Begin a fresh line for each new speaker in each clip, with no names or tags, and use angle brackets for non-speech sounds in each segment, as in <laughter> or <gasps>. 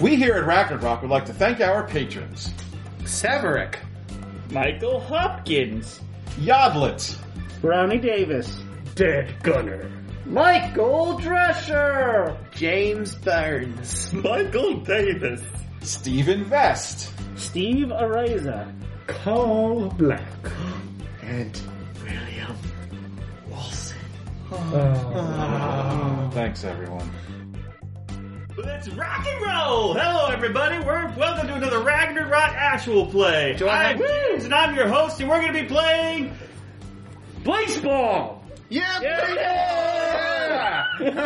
We here at Ragnarok would like to thank our patrons
Severick,
Michael Hopkins.
Yodlet,
Brownie Davis.
Dead Gunner.
Michael Drescher.
James Burns,
Michael Davis.
Stephen Vest,
Steve Areza.
Carl Black.
and William Wilson.
Oh.
Thanks, everyone.
Let's rock and roll! Hello, everybody. We're welcome to another Ragnarok actual play.
Do I have-
I'm James, and I'm your host, and we're going to be playing.
Baseball.
Yeah, baby!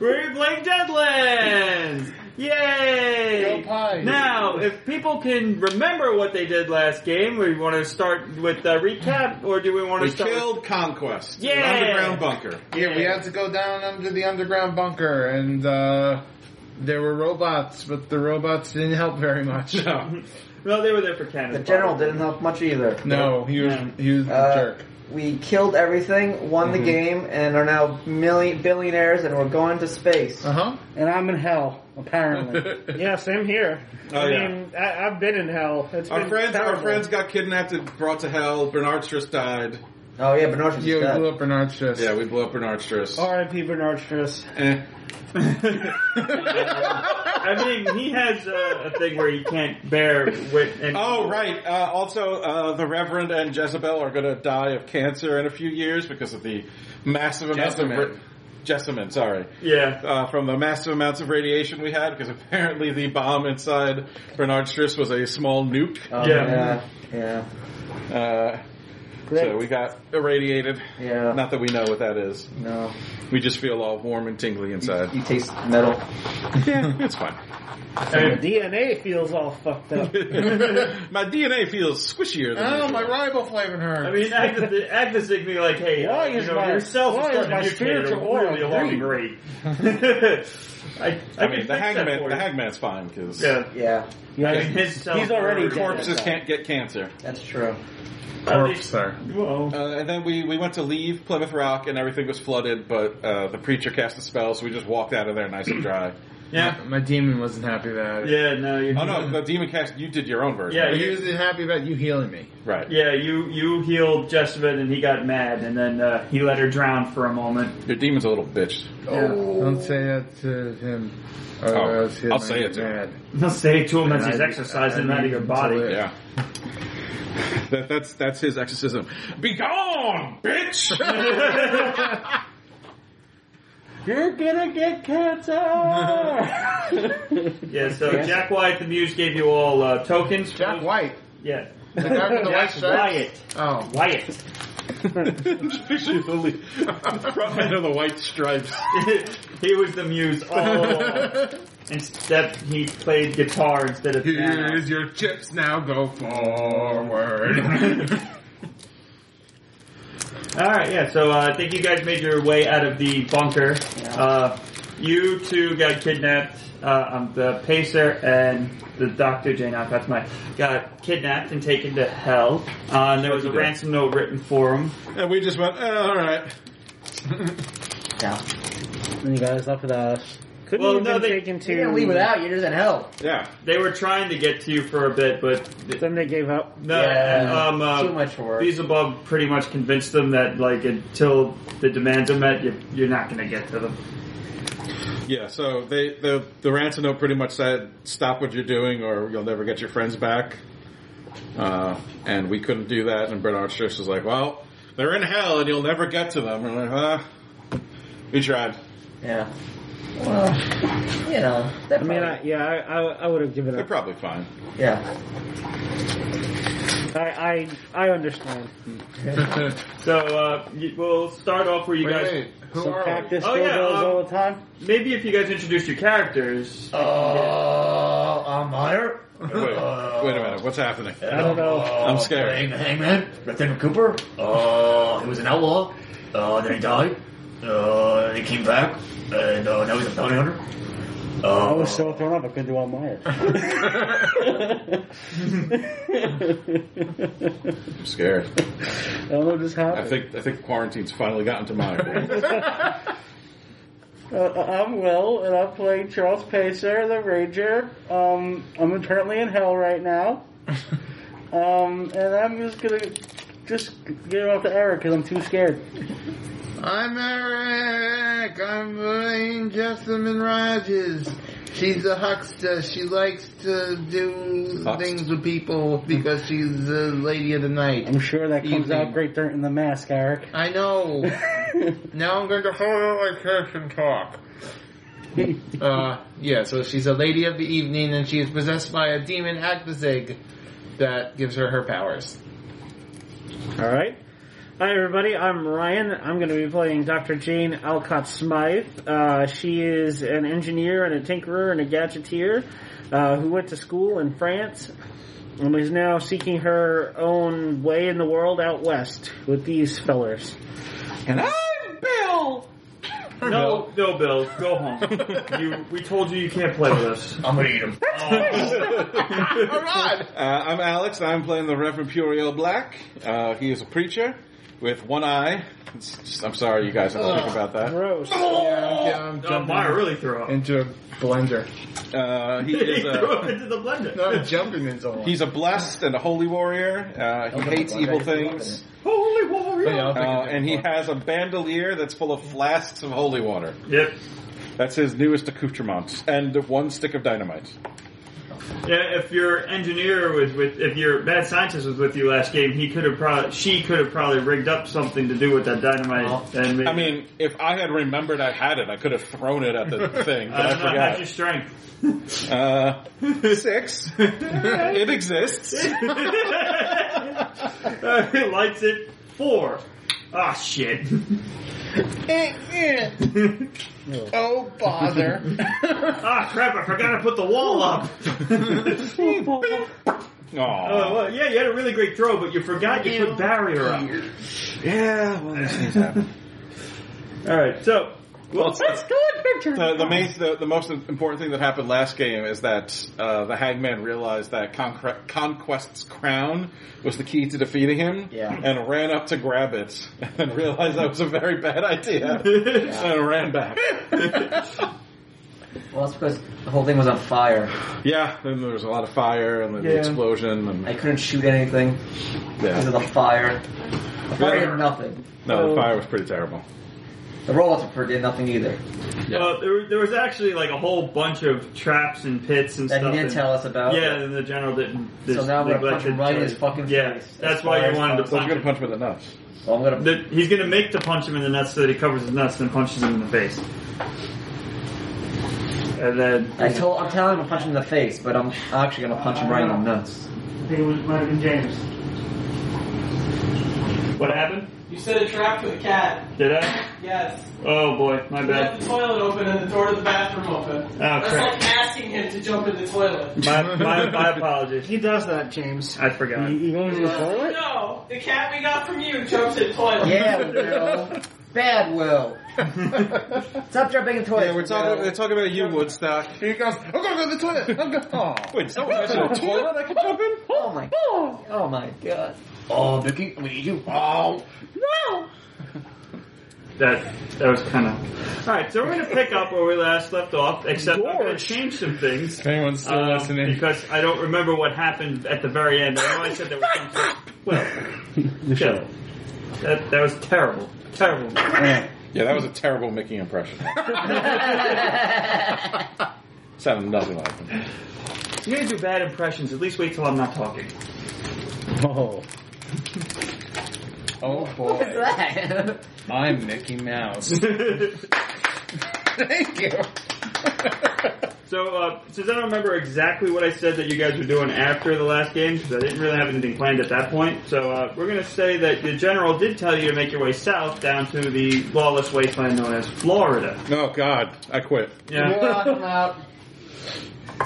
We're playing Deadlands. Yay!
Go Pies.
Now, if people can remember what they did last game, we want to start with the recap, or do we want to
We
start? with-
killed Conquest.
Yeah.
An underground bunker.
Yeah, we had to go down under the underground bunker, and uh, there were robots, but the robots didn't help very much.
<laughs>
No.
No, they were there for Canada.
The general didn't help much either.
No, he was
No.
he was a
Uh,
jerk. Mm-hmm.
We killed everything, won the game, and are now million billionaires, and we're going to space.
Uh
And I'm in hell,
<laughs>
apparently.
huh.
Yeah, same here.
Oh,
I
yeah.
mean, I, I've been in hell. It's
Our
been
friends, our
terrible.
friends got kidnapped and brought to hell. Bernardstress died.
Oh yeah, but North
Yeah, we blew
dead.
up Bernard's chest.
Yeah, we blew up Bernardstress.
Oh.
R.I.P. Bernard Strauss.
Eh.
<laughs> I mean, he has uh, a thing where he can't bear wit.
<laughs>
And
Oh right. Uh, also, uh, the Reverend and Jezebel are going to die of cancer in a few years because of the massive amounts of
Jessamine.
ra- Jessamine. Sorry,
Yeah.
<laughs> uh, from the massive amounts of radiation we had because apparently the bomb inside Bernard Striss was a small nuke.
Oh,
Yeah.
yeah,
Uh, so
Great.
we got irradiated.
Yeah.
Not that we know what that is.
yeah. No,
We just feel all warm and tingly inside.
<laughs>
you taste metal.
yeah, it's fine. <laughs>
The DNA feels all fucked up.
my DNA feels squishier. Than
Oh,
usual.
my riboflavin hurt.
I mean, Agnes, the- Agnes is being like, hey, uh,
Why
you
is
know,
my-
yourself
why
is
is
starting
my
to mutate at
spiritual
a
aura
really alarming <laughs>
<laughs>
rate. I, I,
I
can
mean,
fix
the
that for
hangman,
you.
the hangman's fine because
Yeah.
Yeah,
Yeah,
I mean, his self-
He's already dead.
corpses can't get cancer.
that's true.
corpse there.
Whoa.
Oh.
Uh, and then we, we went to leave Plymouth Rock, and everything was flooded. But uh, the preacher cast a spell, so we just walked out of there nice and dry.
Yeah.
My demon wasn't happy about it.
Yeah, no, you
oh no, the demon cast. You did your own version,
Yeah.
But he wasn't happy about you healing me.
right?
Yeah, you, you healed Jessamine and he got mad and then uh, he let her drown for a moment. <laughs>
Your demon's a little bitch.
Oh. Don't say that to him. or
Oh,
else he
I'll
might
say
get
it to
mad.
He'll say to him as
I
he's
need-
exercising
I
out of
need
your
to
body.
live.
Yeah. that, that's that's his exorcism. Be gone, bitch!
<laughs>
You're gonna get cancer.
<laughs> Yeah, so Jack Wyatt the Muse gave you all uh, tokens. for
Jack
those-
White.
Yeah.
The guy with the
<laughs> Jack
white shirt.
Wyatt.
Oh.
Wyatt.
Especially the, lead- the <laughs> front man of the white stripes.
<laughs> he was the muse all
<laughs>
along. Instead, he played guitar instead of piano.
Here's your chips now. Go forward.
All right, yeah. So uh, I think you guys made your way out of the bunker. Uh, you two got kidnapped. Uh, um, the pacer and the Doctor Janock, that's my, got kidnapped and taken to hell. Uh, and there was a ransom note written for him.
And we just went, "Eh, all right.
Yeah,
and you guys left without us. Couldn't
Well,
have
no,
been
they-
taken to.
you didn't leave without. You're just in hell.
Yeah.
They were trying to get to you for a bit, but
Then they gave up.
no.
Yeah,
um, uh,
too much work.
Beelzebub pretty much convinced them that like until the demands are met, you, you're not going to get to them.
Yeah, so they the the ransom note pretty much said, "Stop what you're doing, or you'll never get your friends back." Uh, and we couldn't do that. And Bernard Schiff was like, "Well, they're in hell, and you'll never get to them." And we're like, "Huh? We tried."
Yeah. Well, you know.
I mean, I, yeah, I, I, I would have given
They're
up.
probably fine.
yeah.
I, I, I understand.
wait,
So uh, you, we'll start off where you guys.
wait. Who
so
are we?
cactus
Oh,
still
yeah,
goes
um,
all the time.
Maybe if you guys introduce your characters.
Oh, I'm Meyer.
Wait, wait a minute, what's happening?
I don't know.
Oh,
I'm scared.
The Hangman, Lieutenant Cooper. Uh, he was an outlaw. Uh, then he died. Uh, he came back, and uh, now he's a bounty hunter.
I
Uh,
was so thrown up I couldn't do all Myers.
<laughs>
I
I'm scared.
don't know what just
I <laughs>
happened.
think I think quarantine's finally gotten to my.
Uh, I'm Will, and I'm playing Charles Pacer, the Ranger. Um, I'm currently in hell right <laughs> now. um, and I'm just gonna just give it off to Eric because I'm too scared.
I'm Eric. I'm playing Jessamine Rogers. She's a huckster. She likes to do
Huckster.
things with people because she's the lady of the night.
I'm sure that comes
Evening.
out great dirt in the mask, Eric.
I <laughs> know. now I'm going to hold out like this and talk. uh, yeah, so she's a lady of the evening and she is possessed by a demon Agnazig that gives her her powers.
All right. Hi, everybody. I'm Ryan. I'm going to be playing Dr. Jane Alcott Smythe. Uh, she is an engineer and a tinkerer and a gadgeteer uh, who went to school in France and is now seeking her own way in the world out west with these fellers.
And I'm Bill.
No, no, Bill, go
<laughs>
home. you, we told you you can't play with us. Oh.
I'm gonna eat
<laughs>
him.
Alright!
Uh, I'm Alex. I'm playing the Reverend Puriel Black. Uh, he is a preacher with one eye. It's just- I'm sorry, you guys have to think about that.
Gross.
Yeah, I'm
Oh,
jumping
my, really threw up.
into a blender.
Uh, he
<laughs> he
is
threw
a
<laughs> up into the blender.
No, I'm jumping into one.
he's a blessed and a holy warrior. Uh, he hates evil things,
Holy warrior!
Yeah, I'll
uh,
take a
and he
different
has a bandolier that's full of flasks of holy water.
Yep.
That's his newest accoutrement, and one stick of dynamite.
Yeah, if your engineer was with, if your mad scientist was with you last game, he could have probably, she could have probably rigged up something to do with that dynamite. and maybe,
I mean, if I had remembered I had it, I could have thrown it at the thing, but
I
I
don't know, how's your
forgot.
strength? <laughs>
Uh, six. <laughs> it exists.
Uh, he likes it. Four. Ah, shit. <laughs>
<laughs> Oh bother!
Ah, crap, I forgot to put the wall up. <laughs>
<laughs>
Oh,
Aw.
well, yeah, you had a really great throw, but you forgot you put barrier up.
Yeah, well, these things
<laughs>
happen.
Alright, so, well,
Let's The, the, main, the, the most important thing that happened last game is that uh, the Hagman realized that Concre- Conquest's crown was the key to defeating him,
Yeah.
and ran up to grab it, <laughs> and realized that was a very bad idea,
<laughs>
and ran back.
Well, that's because the whole thing was on fire.
yeah, then there was a lot of fire and then the explosion,
I
and
couldn't shoot anything because of
yeah.
the fire. The fire did nothing.
no, the fire was pretty terrible.
The robots were- did nothing either.
uh, there, there was actually like a whole bunch of traps and pits and
That he
stuff.
didn't
and-
tell us about.
Yeah, and the general didn't.
So now we're gonna punch
neglected
him right in
to-
his fucking
yeah,
face.
that's,
That's
why
why
you
I
wanted to
So you're
punch
gonna
him.
punch him with the nuts.
Well, I'm gonna.
The- he's going to make to punch him in the nuts so that he covers his nuts and punches him in the face. And then
I told, I'm telling him to punch him in the face, but I'm actually gonna punch him right in the nuts.
I think it was, might have been James.
what happened?
You set a trap for the cat.
Did I?
Yes.
Oh boy, my
You left
bad.
the toilet open and the door to the bathroom open. That's
crap.
like asking him to jump in the toilet.
My, my, my apologies.
He does that, James.
I forgot.
You, you going to the toilet?
No, the cat we got from you jumps in the toilet.
Yeah, Will. Bad Will. Stop jumping in the
<laughs>
toilet.
Yeah, we're talking. We're talking about you, Woodstock.
Here he goes. I'm gonna go to the toilet. I'm go- oh.
Wait, someone <laughs> mentioned a toilet I could jump in?
Oh my. Oh my
<laughs>
god.
Oh, Vicky, I'm gonna eat you. Oh.
That that was kind of. All right, so we're going to pick up where we last left off, except I'm going to change some things.
If anyone's still
um,
listening,
because I don't remember what happened at the very end. I know I said there was some. sort- Well, yeah. that that was terrible, terrible.
Yeah, that was a terrible Mickey impression. <laughs> Sounded nothing like him.
If you're gonna do bad impressions, at least wait till I'm not <laughs> talking.
<laughs>
Oh.
oh
What's
boy,
that?
I'm Mickey
<laughs>
Mouse. Thank you.
so, uh, since I don't remember exactly what I said that you guys were doing after the last game, because I didn't really have anything planned at that point, so uh, we're gonna say that the general did tell you to make your way south down to the lawless wasteland known as Florida.
Oh God, I quit.
Yeah.
I'm out. <laughs>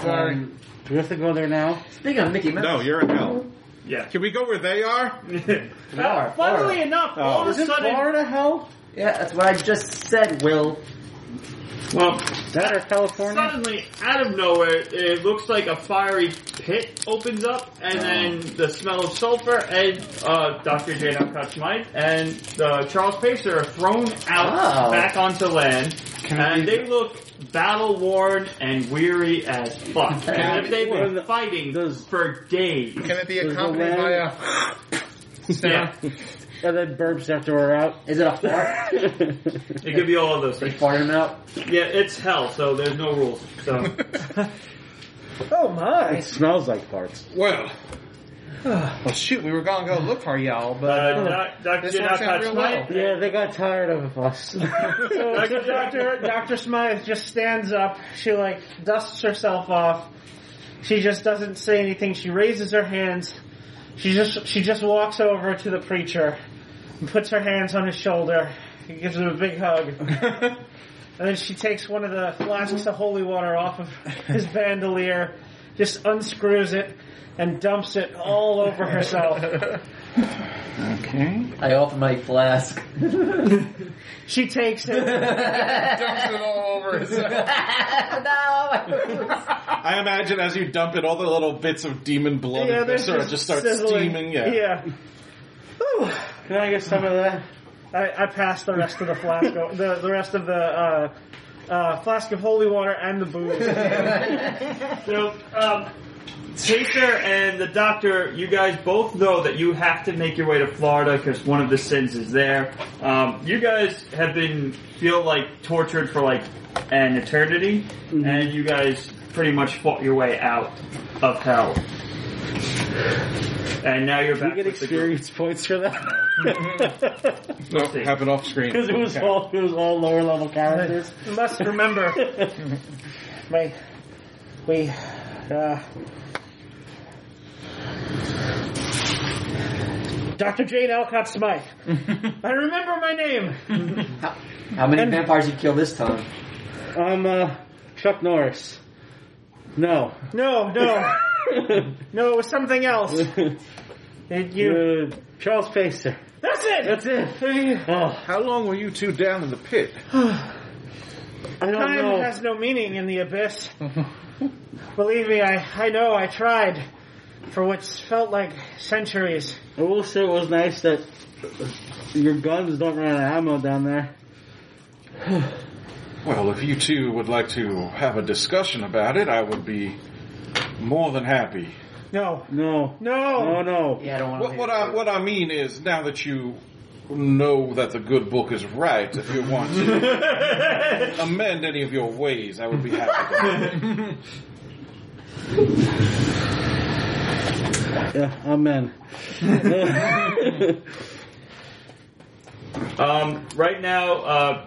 Sorry.
Um, do we have to go there now?
Speaking of Mickey Mouse.
No, you're in hell.
<laughs>
<laughs>
Yeah.
Can we go where they are?
Florida,
Funnily
Florida.
enough, all of
Oh, Is
a
it
sudden,
Florida hell?
Yeah, that's what I just said, Will.
well,
Is that or California?
Suddenly, out of nowhere, it looks like a fiery pit opens up, and then the smell of sulfur and uh, Dr. J. Alcott Smythe and uh, Charles Pacer are thrown out
Wow.
back onto land,
Can
and
we-
they look battle worn and weary as fuck. And if they've been fighting
Those-
for days.
Can it be
There's no
accompanied by a
Yeah,
And then burps after we're out.
Is it a fart?
<laughs>
it could be all of those
they
things.
farted him out.
Yeah, it's hell, so there's no rules. So uh,
Oh my!
It smells like farts.
Well,
Well, shoot, we were gonna go look for y'all,
Uh,
but
doc- Dr.
this works out
Alcott
real
Smythe.
well.
Yeah, they got tired of us. <laughs>
That's
so Doctor Doctor Smythe just stands up. She like dusts herself off. She just doesn't say anything. She raises her hands. She just she just walks over to the preacher and puts her hands on his shoulder. and gives him a big <laughs> hug. and then she takes one of the flasks of holy water off of his bandolier, just unscrews it, and dumps it all over herself.
okay.
I opened my
<laughs>
flask.
She takes it.
dumps it all over us.
no!
<laughs> I imagine as you dump it, all the little bits of demon blood
Yeah, there's
sort of just starts steaming. Yeah.
Yeah. Whew. Can I get some of that? I, I passed the rest of the flask, o- the, the rest of the uh, uh, flask of holy water and
<laughs>
the booze.
So, um, Chaser and the Doctor, you guys both know that you have to make your way to Florida because one of the sins is there. Um, you guys have been feel like tortured for like an eternity,
Mm-hmm.
and you guys pretty much fought your way out of hell. And now you're back.
We get
with the group.
experience points
<laughs>
for that.
No, happened Oh, off screen.
Because it was
Okay.
all it was all lower level characters.
Must <laughs> remember, my we uh, Dr. Jane
<laughs>
Alcott Smythe. I remember my name.
How many
And-
vampires you kill this time?
I'm uh, Chuck Norris. No.
No,
<laughs>
no, no. It was something else. Did you?
Uh, Charles Pacer.
That's it.
That's it. Oh,
How long were you two down in the pit?
I don't
Time
know.
has no meaning in the
<laughs>
abyss. Believe me, I, I know I tried for what's felt like centuries.
I will say it was nice that your guns don't run out of ammo down there.
Well, if you two would like to have a discussion about it, I would be more than happy.
No,
No.
no.
No, no.
Yeah, I don't want
What, what I what I mean is, now that you know that the good book is right, if you want to
<laughs>
amend any of your ways, I would be happy. to.
Yeah, amen.
Um, right now, uh,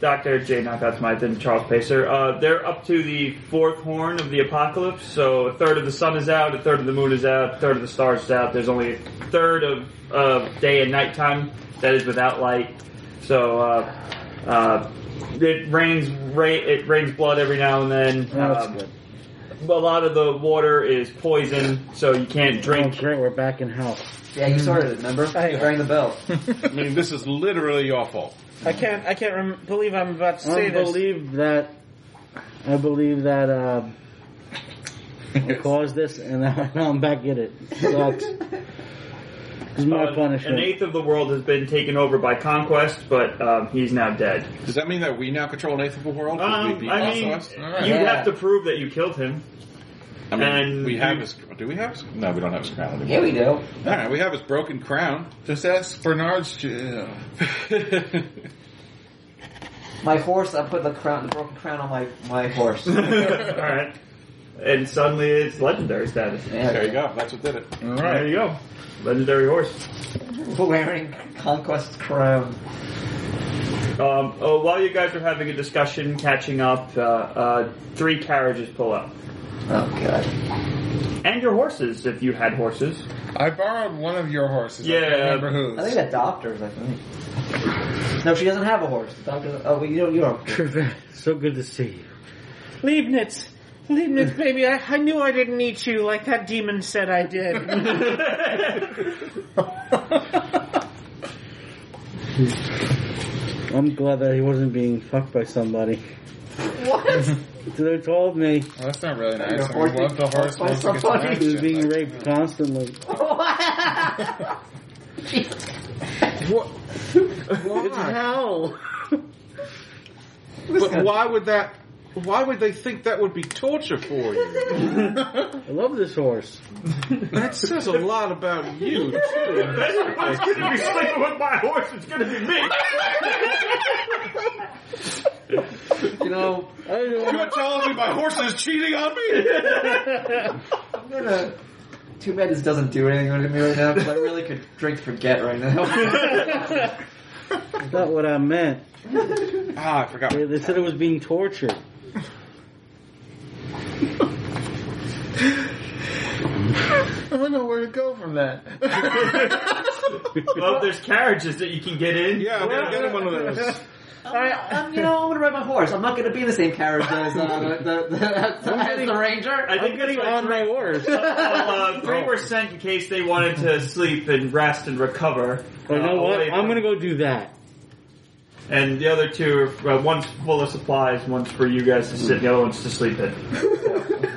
Dr. J. Knockout Smythe and Charles Pacer, uh, they're up to the fourth horn of the apocalypse. So a third of the sun is out, a third of the moon is out, a third of the stars is out. There's only a third of, of day and nighttime that is without light. So uh, uh, it rains ra- it rains blood every now and then.
That's
Um,
good.
A lot of the water is poison, so you can't
Oh,
drink.
great. We're back in hell.
Yeah,
Mm.
you started it, remember? You rang the
<laughs>
bell.
I mean, this is literally your fault.
I can't. I can't rem- believe I'm about to
I
say this.
believe that. I believe that. Uh,
<laughs>
I caused this, and <laughs> now I'm back at it. Sucks. This is my
Uh, an
punishment.
eighth of the world has been taken over by conquest, but um, he's now dead.
Does that mean that we now control an eighth of the world? Would we
Um,
be
I mean,
authorized?
Alright.
you
Yeah.
have to prove that you killed him. <laughs>
I mean,
and
we have
you-
his. Do we have his? No, we don't have his crown anymore.
Yeah, we do.
All right, we have his broken crown. <laughs>
Just ask Bernard's. Uh,
My horse, I put the crown, the broken crown on my, my
<laughs>
horse.
All right, and suddenly it's legendary status.
there you
Yeah.
go. That's what did it.
all
There
right.
you go, legendary horse.
<laughs> Wearing conquest crown.
Um, oh, while you guys are having a discussion, catching up, uh, uh, three carriages pull up,
Oh god.
and your horses, if you had horses.
I borrowed one of your horses. I
Yeah.
can't remember
I think
whose.
that doctor's, I think. No, she doesn't have a horse. The doctor, oh, well, you don't, you don't.
<laughs> so good to
<laughs>
see you.
Leibniz, Leibniz, baby, I, I knew I didn't eat you like that demon said I
<laughs>
did.
I'm glad that he wasn't being fucked by somebody.
What?
<laughs> They told me
Well, that's not really nice. I
You're
mean, what the horse
forced to
wants to
kill
get some
somebody.
he was
action.
being
Like,
raped constantly.
What?
<laughs>
It's hell.
But why would that? Why would they think that would be torture for you?
I love this horse.
That says a lot about you, too.
It's gonna be sleeping with my horse. It's gonna be me.
You know, I don't know.
You're telling me my horse is cheating on me?
I'm gonna. Too bad this doesn't do anything to me right now because I really could drink forget right <laughs> now.
That's not what I meant.
Ah, I forgot.
They, they said it was being tortured.
I don't know where to go from that.
Well, there's carriages that you can get in.
Yeah, I'm gonna get him one of
<laughs>
those.
I'm, I'm, um, you know, I'm gonna ride my horse. I'm not gonna be in the same carriage as uh, the, <laughs> the, the, as the ranger.
I think that's
On my horse.
three percent uh, in case they wanted to sleep and rest and recover.
But Oh, you know
uh,
what?
away
I'm
from-
gonna go do that.
And the other two, are, uh, one's full of supplies, one's for you guys to sit, the other one's to sleep in.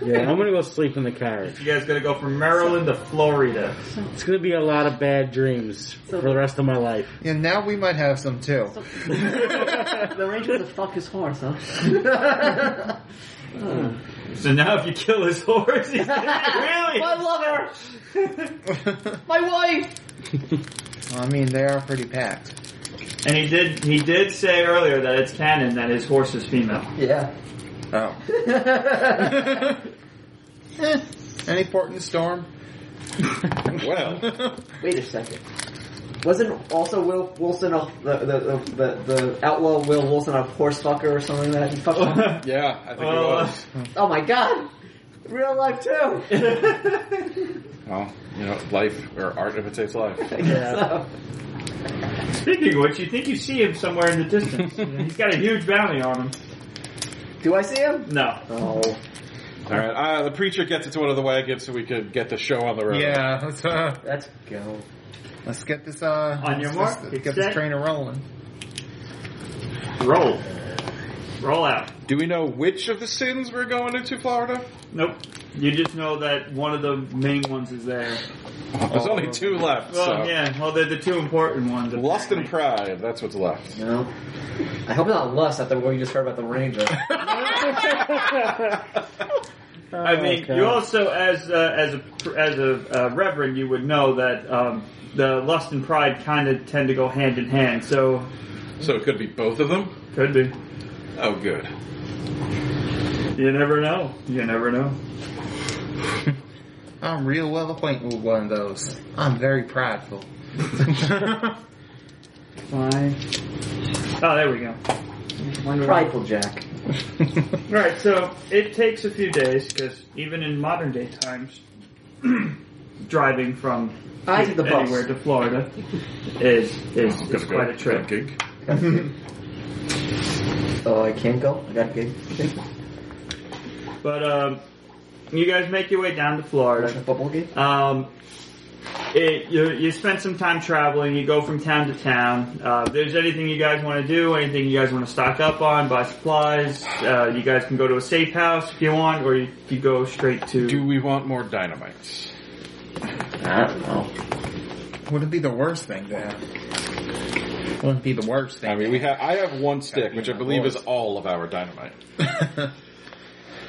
Yeah, I'm gonna go sleep in the carriage.
You guys gotta go from Maryland to Florida.
It's gonna be a lot of bad dreams for the rest of my life.
<laughs>
<laughs>
and now we might have some <laughs> too.
<laughs> the ranger to fuck his horse, <laughs> huh?
So now if you kill his <laughs> horse, he's gonna
<laughs>
be really?
My lover, my wife.
I mean, they are pretty packed.
And he did, he did say earlier that it's canon that his horse is female. <laughs>
Yeah.
Oh.
<laughs>
Eh, any port in storm?
Well,
Wait a second. Wasn't also Will Wilson a, the, the, the the the outlaw Will Wilson a horse fucker or something like that? He fucked one? <laughs>
yeah, I think it
Oh.
was.
Oh my god! Real life <laughs> too.
Well, you know, life or art imitates life.
So,
Speaking of which, you think you see him somewhere in the
<laughs>
distance. he's got a huge bounty on him.
do I see him?
No.
Oh.
All right, uh, the preacher gets into one of the wagons so we could get the show on the road.
Yeah, let's, uh,
Let's go.
let's get this, uh,
On your
let's-
mark,
let's
get
get this
set.
train a rolling.
Roll. Roll out.
Do we know which of the sins we're going into, Florida?
Nope. You just know that one of the main ones is there.
There's only two left.
Well,
so.
yeah. Well, they're the two important ones.
Lust and
apparently.
pride, that's what's left.
No. I hope not lust after what you just heard about the ranger. <laughs>
I mean,
Okay.
you also, as uh, as a as a uh, reverend, you would know that um, the lust and pride kind of tend to go hand in hand. So
So it could be both of them?
could be.
Oh, good.
You never know. You never know.
I'm real well acquainted with one of those. I'm very <laughs> prideful.
Why? Oh, there we go.
Prideful Jack.
Right, so it takes a few days because even in modern day times, <clears throat> driving from
I took the bus.
anywhere to Florida is is, is quite a trip.
Gig.
<laughs> Oh, I can't go. I got <laughs> gig.
But um, you guys make your way down to Florida.
football game.
Um, it, you, you spend some time traveling. You go from town to town. Uh, if there's anything you guys want to do, anything you guys want to stock up on, buy supplies. Uh, you guys can go to a safe house if you want, or you, you go straight to.
Do we want more dynamite?
I don't know.
Wouldn't be the worst thing to have. Wouldn't be the worst <laughs> thing.
I mean, we have. I have one stick,
be
which I
my
believe is
voice.
all of our dynamite.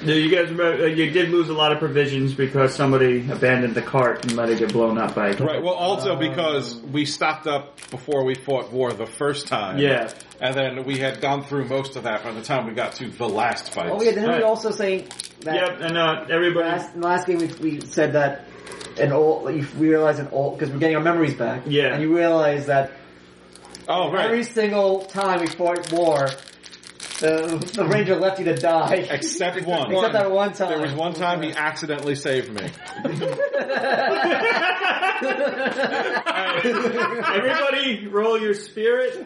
Yeah, you guys remember, uh, you did lose a lot of provisions because somebody abandoned the cart and let it get blown up by a
Right. Well, also because we stopped up before we fought war the first time.
Yeah.
And then we had gone through most of that by the time we got to the last fight.
Oh yeah, didn't
Right.
we also say that
Yep, and uh, everybody.
last in the last game we, we said that an old like, you realize an old because we're getting our memories back.
Yeah.
and you realize that
Oh
every
right.
single time we fought war, the the ranger left you to die.
Except one.
Except that one time.
There was one time he accidentally saved me. <laughs>
<laughs> everybody, roll
<laughs>
your spirit.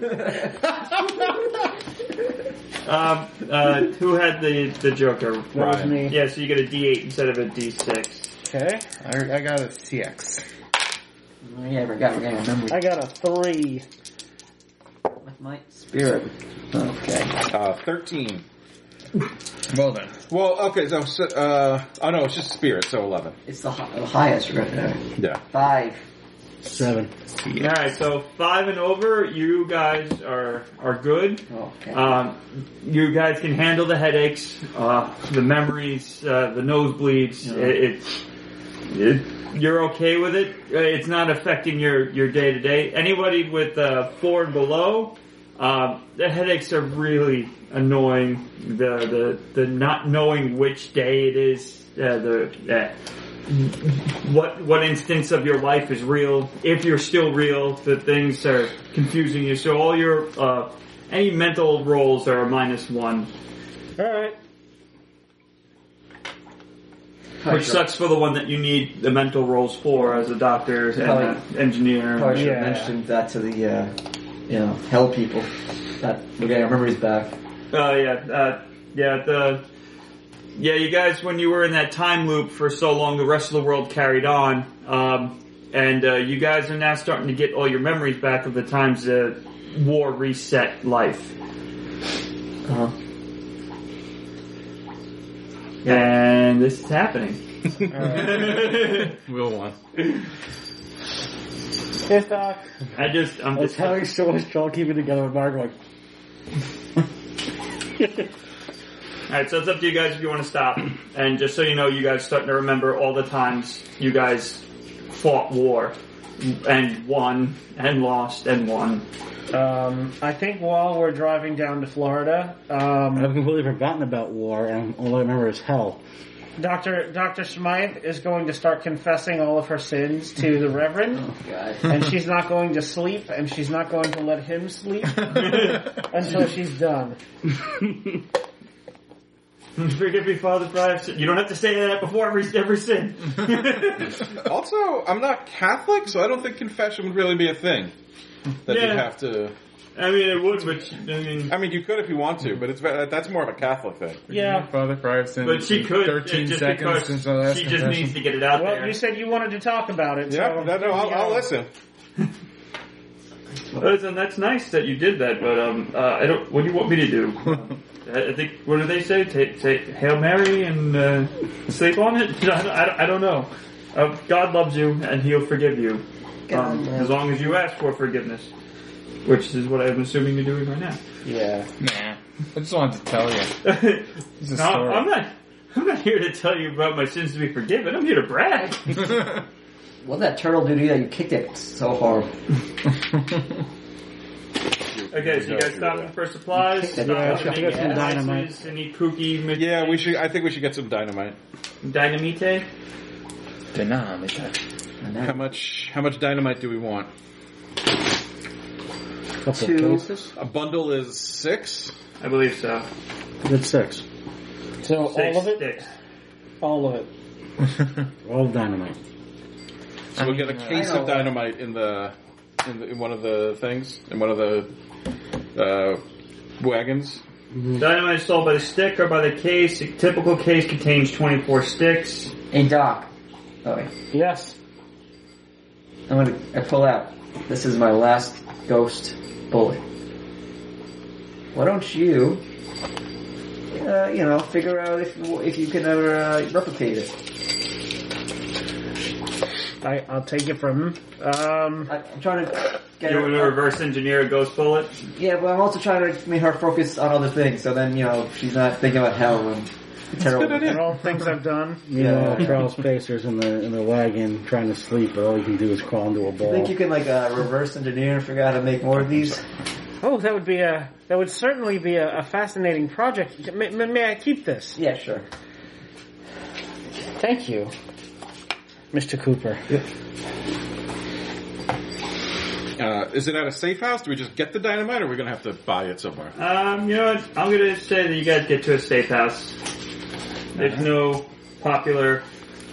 um, uh, who had the the Joker?
That was
Right.
me.
Yeah, so you get a D8 instead of a D6.
Okay.
I, I got a CX.
Yeah, I forgot. We're getting our memories
I got a three.
with my spirit. Okay.
Uh, Thirteen.
<laughs>
Well then.
Well, okay, so, so uh, oh no, it's just spirit, so 11.
It's the, hi- the highest right there.
Yeah.
Five.
Seven.
All right, so five and over, you guys are are good.
Oh, okay.
Uh,
Um, you guys can handle the headaches, uh, the memories, uh, the nosebleeds. It, it, it, you're okay with it. Uh, It's not affecting your your day to day. Anybody with uh, four and below, um, the headaches are really annoying. The the the not knowing which day it is. Uh, the uh, what what instance of your life is real, if you're still real, the things are confusing you. So all your uh, any mental rolls are a minus one,
All right.
Probably
which
should-
sucks for the one that you need the mental rolls for as a doctor and an engineer.
Probably should have
Yeah.
mentioned that to the, uh, you know, hell people. That we're getting our memories back.
Oh yeah, uh, yeah the. Yeah, you guys, when you were in that time loop for so long, the rest of the world carried on, um, and uh, you guys are now starting to get all your memories back of the times the war reset life.
Uh-huh.
And this is happening.
<laughs>
Wheel one.
Piss off.
I just, I'm
I was
just,
having so much trouble keeping together with Mark. Like,
alright, so it's up to you guys if you want to stop. And just so you know, you guys starting to remember all the times you guys fought war and won and lost and won.
Um, I think while we're driving down to Florida, um,
I've completely forgotten about war, and all I remember is hell.
Doctor Doctor Smythe is going to start confessing all of her sins to the Reverend,
God.
<laughs>
and she's not going to sleep, and she's not going to let him sleep until she's done.
Forgive me, Father, for I have sin. You don't have to say that before every, every
<laughs>
sin.
Also, I'm not Catholic, so I don't think confession would really be a thing. That
Yeah.
you'd have to.
I mean, it would, but, I mean,
I mean, you could if you want to, but it's that's more of a Catholic thing.
Yeah.
Father Frier's in
but she could, uh,
13
just
seconds
because
since our last
she just
confession.
needs to get it out
Well,
there.
you said you wanted to talk about it.
Yeah,
so,
no, no, I'll,
yeah.
I'll listen.
Listen, that's nice that you did that, but um, uh, I don't. What do you want me to
<laughs>
do? Um, I I think. What do they say? Take, take Hail Mary and uh, sleep on it. <laughs> I don't, I don't- I don't know. Uh, God loves you and He'll forgive you, um, as long as you ask for forgiveness, which is what I'm assuming you're doing right now.
<laughs> Yeah.
Nah. I just wanted to tell you. It's
No,
a story.
I'm not. I'm not here to tell you about my sins to be forgiven. I'm here to brag.
What that turtle do to you that you kicked it so hard?
<laughs> Okay, so you guys stopping for supplies,
Yeah,
stop
I got some dynamite.
any kooky, ma-
Yeah, we should. I think we should get some dynamite.
dynamite.
Denominator.
And
How
that,
much? How much dynamite do we want?
Couple
Two.
cases.
A bundle is six.
I believe so.
That's six.
So
Six
all of it,
sticks.
all of it.
All dynamite.
So we'll get a
mean,
case
I know.
of dynamite in the in, the, in one of the things in one of the uh, wagons.
Dynamite is sold by the stick or by the case. A typical case contains 24 sticks.
hey, Doc. Oh, wait.
Yes.
I'm gonna I pull out. This is my last ghost bullet. Why don't you, uh, you know, figure out if if you can ever uh, replicate it?
I, I'll take it from him. Um,
I, I'm trying to get
You want to
her.
reverse engineer a ghost bullet?
yeah, but I'm also trying to make her focus on other things. So then, you know, she's not thinking about hell and terrible.
and all the things I've done.
Meanwhile,
Yeah.
Charles Pacer's in the in the wagon trying to sleep, but all he can do is crawl into a
I
ball.
think you can like uh, reverse engineer and figure out how to make more of these.
Oh, that would be a that would certainly be a, a fascinating project. May, may- may I keep this?
Yeah, sure.
Thank you, Mr. Cooper.
Uh, is it at a safe house? Do we just get the dynamite, or are we going to have to buy it somewhere?
Um, you know what? I'm going to say that you guys get to a safe house. There's
Uh-huh.
no popular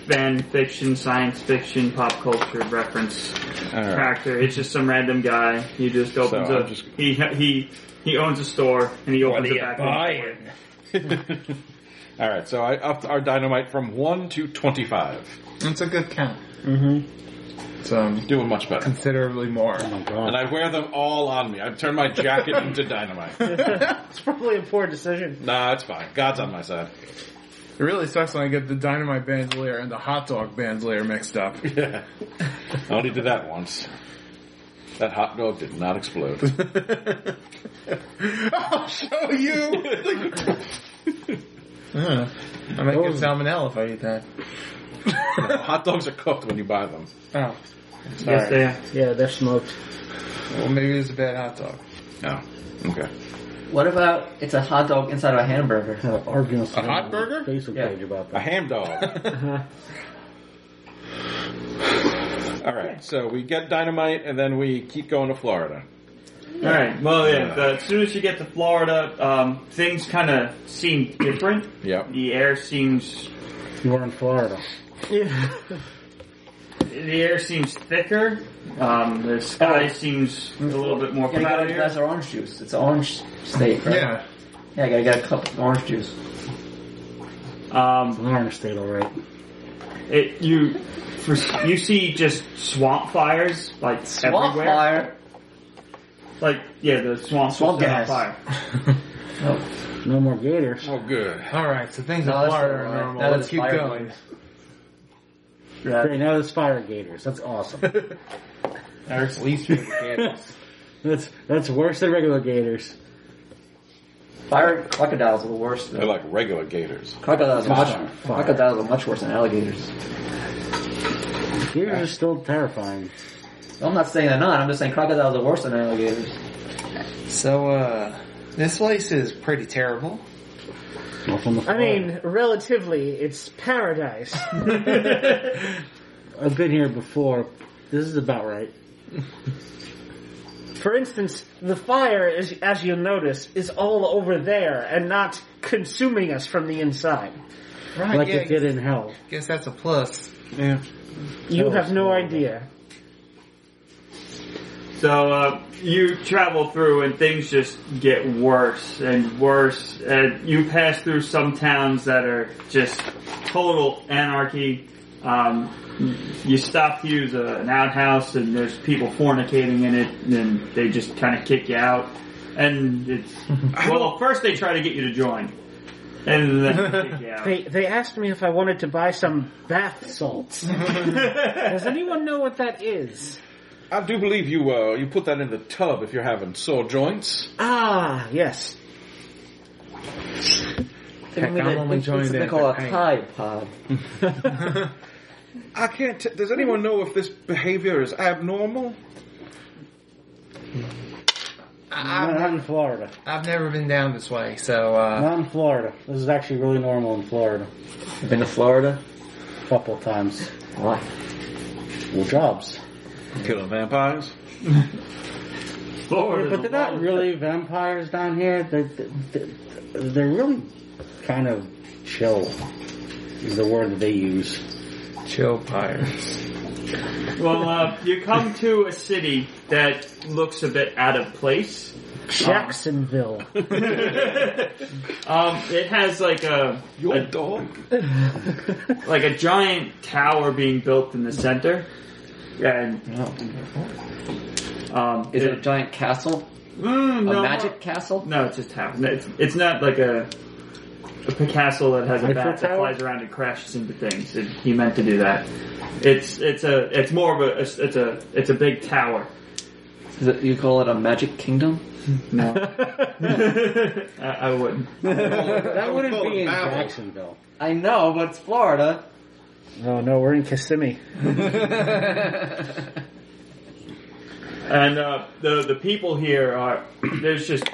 fan fiction, science fiction, pop culture reference
All right. <laughs>
character. It's just some random guy. He just opens
I'm
up.
just-
He he he owns a store and he opens
do
it
you
back.
buy
door.
it?
All right, so I upped our dynamite from one to twenty-five.
It's a good count.
hmm
So
Doing much better.
considerably <laughs> more.
And I wear them all on me. I turn my jacket into dynamite.
it's probably a poor decision.
Nah, it's fine. God's on my side.
It really sucks when I get the dynamite bandolier and the hot dog bandolier mixed up.
Yeah. I <laughs> only did that once. That hot dog did not explode.
<laughs> I'll show you. Uh, I might
Oh.
get salmonella if I eat that.
<laughs> hot dogs are cooked when you buy them.
Oh,
Yes, they are.
Yeah, they're smoked.
well, maybe it was a bad hot dog.
No. Oh, Okay.
What about it's a hot dog inside of a
<laughs>
hamburger?
Had an argument with
A hot
someone on
burger?
the Facebook
Yeah.
page about
A
that.
ham dog. All right. So we get dynamite, and then we keep going to Florida.
All right. Well, yeah. the- as soon as you get to Florida, um, things kind of seem different.
Yep.
The air seems
You were in
<laughs>
Florida.
the air seems thicker. Um, the
Oh.
sky seems a little bit more
You got a
cloudier.
glass of orange juice. It's orange state, right?
Yeah.
Yeah, I gotta get a cup of orange juice.
Um,
Florida state, all right.
It you for, you see just swamp fires like
Swamp
everywhere.
fire.
Like yeah, the swamp
Swamp
was set
gas.
on fire.
<laughs> Oh,
No more gators.
Oh, good.
All right, so things in
No, that's
Florida are
not right.
normal.
That
Let's
is
keep
fire
going.
blades.
Great, now there's fire gators. That's awesome.
<laughs>
Eric's least favorite gators.
that's that's worse than regular gators.
fire crocodiles are the worst.
They're
Though.
like regular gators.
Crocodiles are
Fire.
much
Fire.
crocodiles are much worse than alligators.
Gators are still terrifying.
I'm not saying they're not. I'm just saying crocodiles are worse than alligators.
<laughs> So, uh, this place is pretty terrible.
<laughs>
Well, from the
I mean, relatively, it's paradise.
I've been here before. This is about right.
For instance, the fire, is, as you'll notice, is all over there and not consuming us from the inside.
Right,
Like
yeah,
it did in hell.
guess that's a plus. <laughs>
You
Oh,
have no
small.
idea.
So uh, you travel through and things just get worse and worse. And you pass through some towns that are just total anarchy. Um, you stop to use a, an outhouse and there's people fornicating in it and they just kind of kick you out. And
<laughs>
it's, well, first they try to get you to join. And then they kick
<laughs>
you <laughs> out.
They they asked me if I wanted to buy some bath
<laughs>
salts. Does anyone know what that is?
I do believe you. Uh, you put that in the tub if you're having sore joints.
Ah, yes.
Heck, I'm only
It's
joining
what they
that
call a
thing.
Tide Pod.
I can't. T- Does anyone know if this behavior is abnormal?
I-
Not
I've,
not in Florida.
I've never been down this way, so, uh,
Not in Florida. This is actually really normal in Florida.
Been to Florida?
A couple of times.
Why?
Well, jobs.
Killing vampires.
Florida's
But they're not really vampires down here. They're, they're, they're really kind of chill, is the word that they use.
chill pirates.
Well, uh, you come to a city that looks a bit out of place.
<laughs>
Jacksonville.
<laughs> Um, it has like a,
Your
a
dog.
like a giant tower being built in the center, and um,
Is it a giant castle?
mm,
A
no,
magic castle?
No, it's just tower. No, It's, it's not like a a castle that has a
Eiffel
bat that
Tower?
flies around and crashes into things. It, he meant to do that. It's it's a it's more of a it's a it's a big
<laughs>
tower. <laughs>
Is it, you call it a magic kingdom?
No, I, I wouldn't.
That wouldn't
call
be
it
in
Babel.
Jacksonville.
I know, but it's Florida.
No,
Oh,
no, we're in Kissimmee.
And uh, the the people here are <clears throat> there's just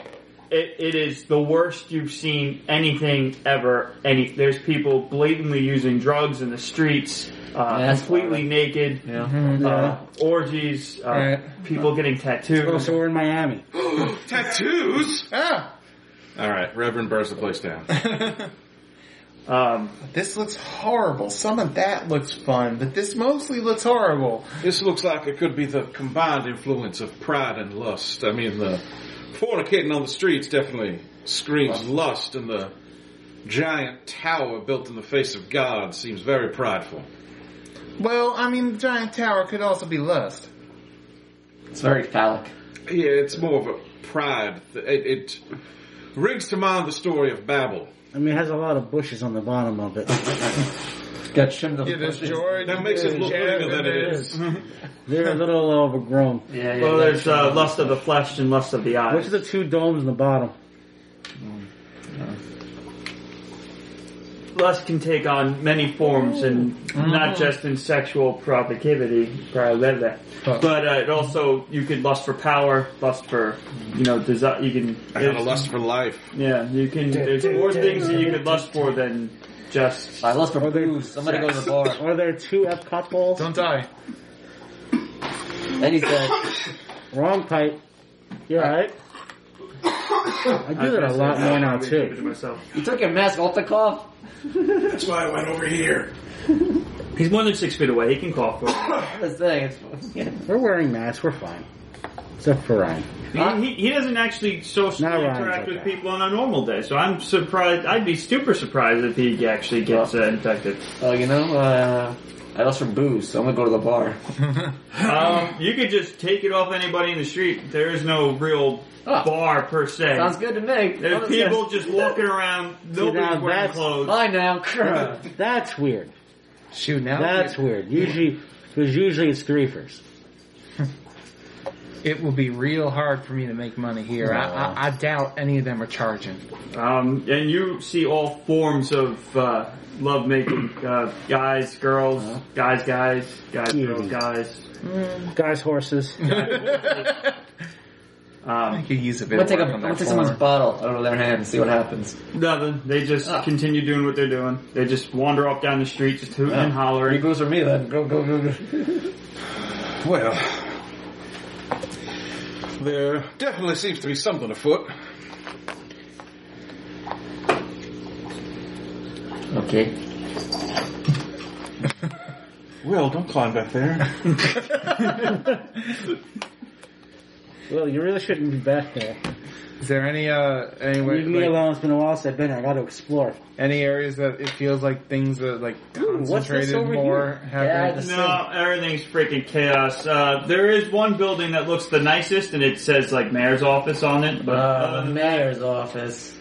it, it is the worst you've seen anything ever. Any there's people blatantly using drugs in the streets, uh,
Yeah, that's
completely
wild.
naked, uh, orgies, uh,
Right.
people getting
Oh,
tattoos.
so we're in Miami.
<gasps> Tattoos.
Ah, <laughs>
All right. Reverend burns the place down.
Um,
this looks horrible. Some of that looks fun, but this mostly looks horrible.
This looks like it could be the combined influence of pride and lust. I mean, the fornicating on the streets definitely screams lust, and the giant tower built in the face of God seems very prideful.
Well, I mean, the giant tower could also be lust.
It's very phallic.
Yeah, it's more of a pride. th- It, it brings to mind the story of Babel.
I mean, it has a lot of bushes on the bottom of it.
Got shimmed up.
Yeah, there's George.
That makes it look
Jared,
bigger than it
there's-
is.
They're a little overgrown.
Yeah, yeah.
Well,
that's-
there's uh, lust of the flesh and lust of the eyes.
What's the two domes in the bottom?
lust can take on many forms and
Mm.
not just in sexual provocativity. Probably read that.
Fuck.
But uh, it also, you could lust for power, lust for, you know, desire. You can.
I got a lust for life.
Yeah, you can. There's more things that you could lust for than just.
I lost my booze. Somebody go to the bar.
Are there two Epcot balls?
Don't die.
Then he said,
<coughs> Wrong pipe.
<coughs>
You're right. I do that a lot
uh,
more now too.
"You took your mask off the cough."
That's why I went over here.
<laughs> He's more than six feet away. He can call for it.
That's the thing. It's, yeah.
<laughs> We're wearing masks. We're fine, except for Ryan.
he, he, he doesn't actually socially
Not Ryan's
interact with
okay.
people on a normal day, so I'm surprised. I'd be super surprised if he actually gets uh, infected.
Oh, you know, uh, I lost from booze, so I'm gonna go to the bar.
Um, you could just take it off anybody in the street. There is no real
Oh.
bar per se.
Sounds good to me.
There's people just walking around. Nobody's
now
wearing
that's-
clothes.
Bye now.
<laughs> That's weird.
Shoot, now
That's
it,
weird. Usually, because usually it's threefers.
it will be real hard for me to make money here. I, I, I doubt any of them are charging.
Um, and you see all forms of uh, love making: uh, guys, girls, guys, guys, guys, girls,
Yeah.
guys.
Guys, horses.
<laughs>
I
Um,
could use a bit
I'm gonna
of
take, a,
work
I'm
on
gonna
that
take someone's
form.
bottle out of their hand and see what happens.
nothing. They just
Ah.
continue doing what they're doing. They just wander off down the street, just hooting and
Three
hollering.
goes for me then. Go, go, go, go.
Well, there definitely seems to be something afoot.
Okay.
Will, don't climb back
<laughs>
there.
Well, you really shouldn't be back there.
<laughs> Is there any uh anywhere
Leave me
like,
alone. It's been a while since I've been here. I got to explore.
any areas that it feels like things are like
what's this
concentrated
over
more
Yeah,
happening?
this-
No, everything's freaking chaos. Uh, there is one building that looks the nicest, and it says like mayor's office on it. But
Uh,
other
the
than
mayor's office.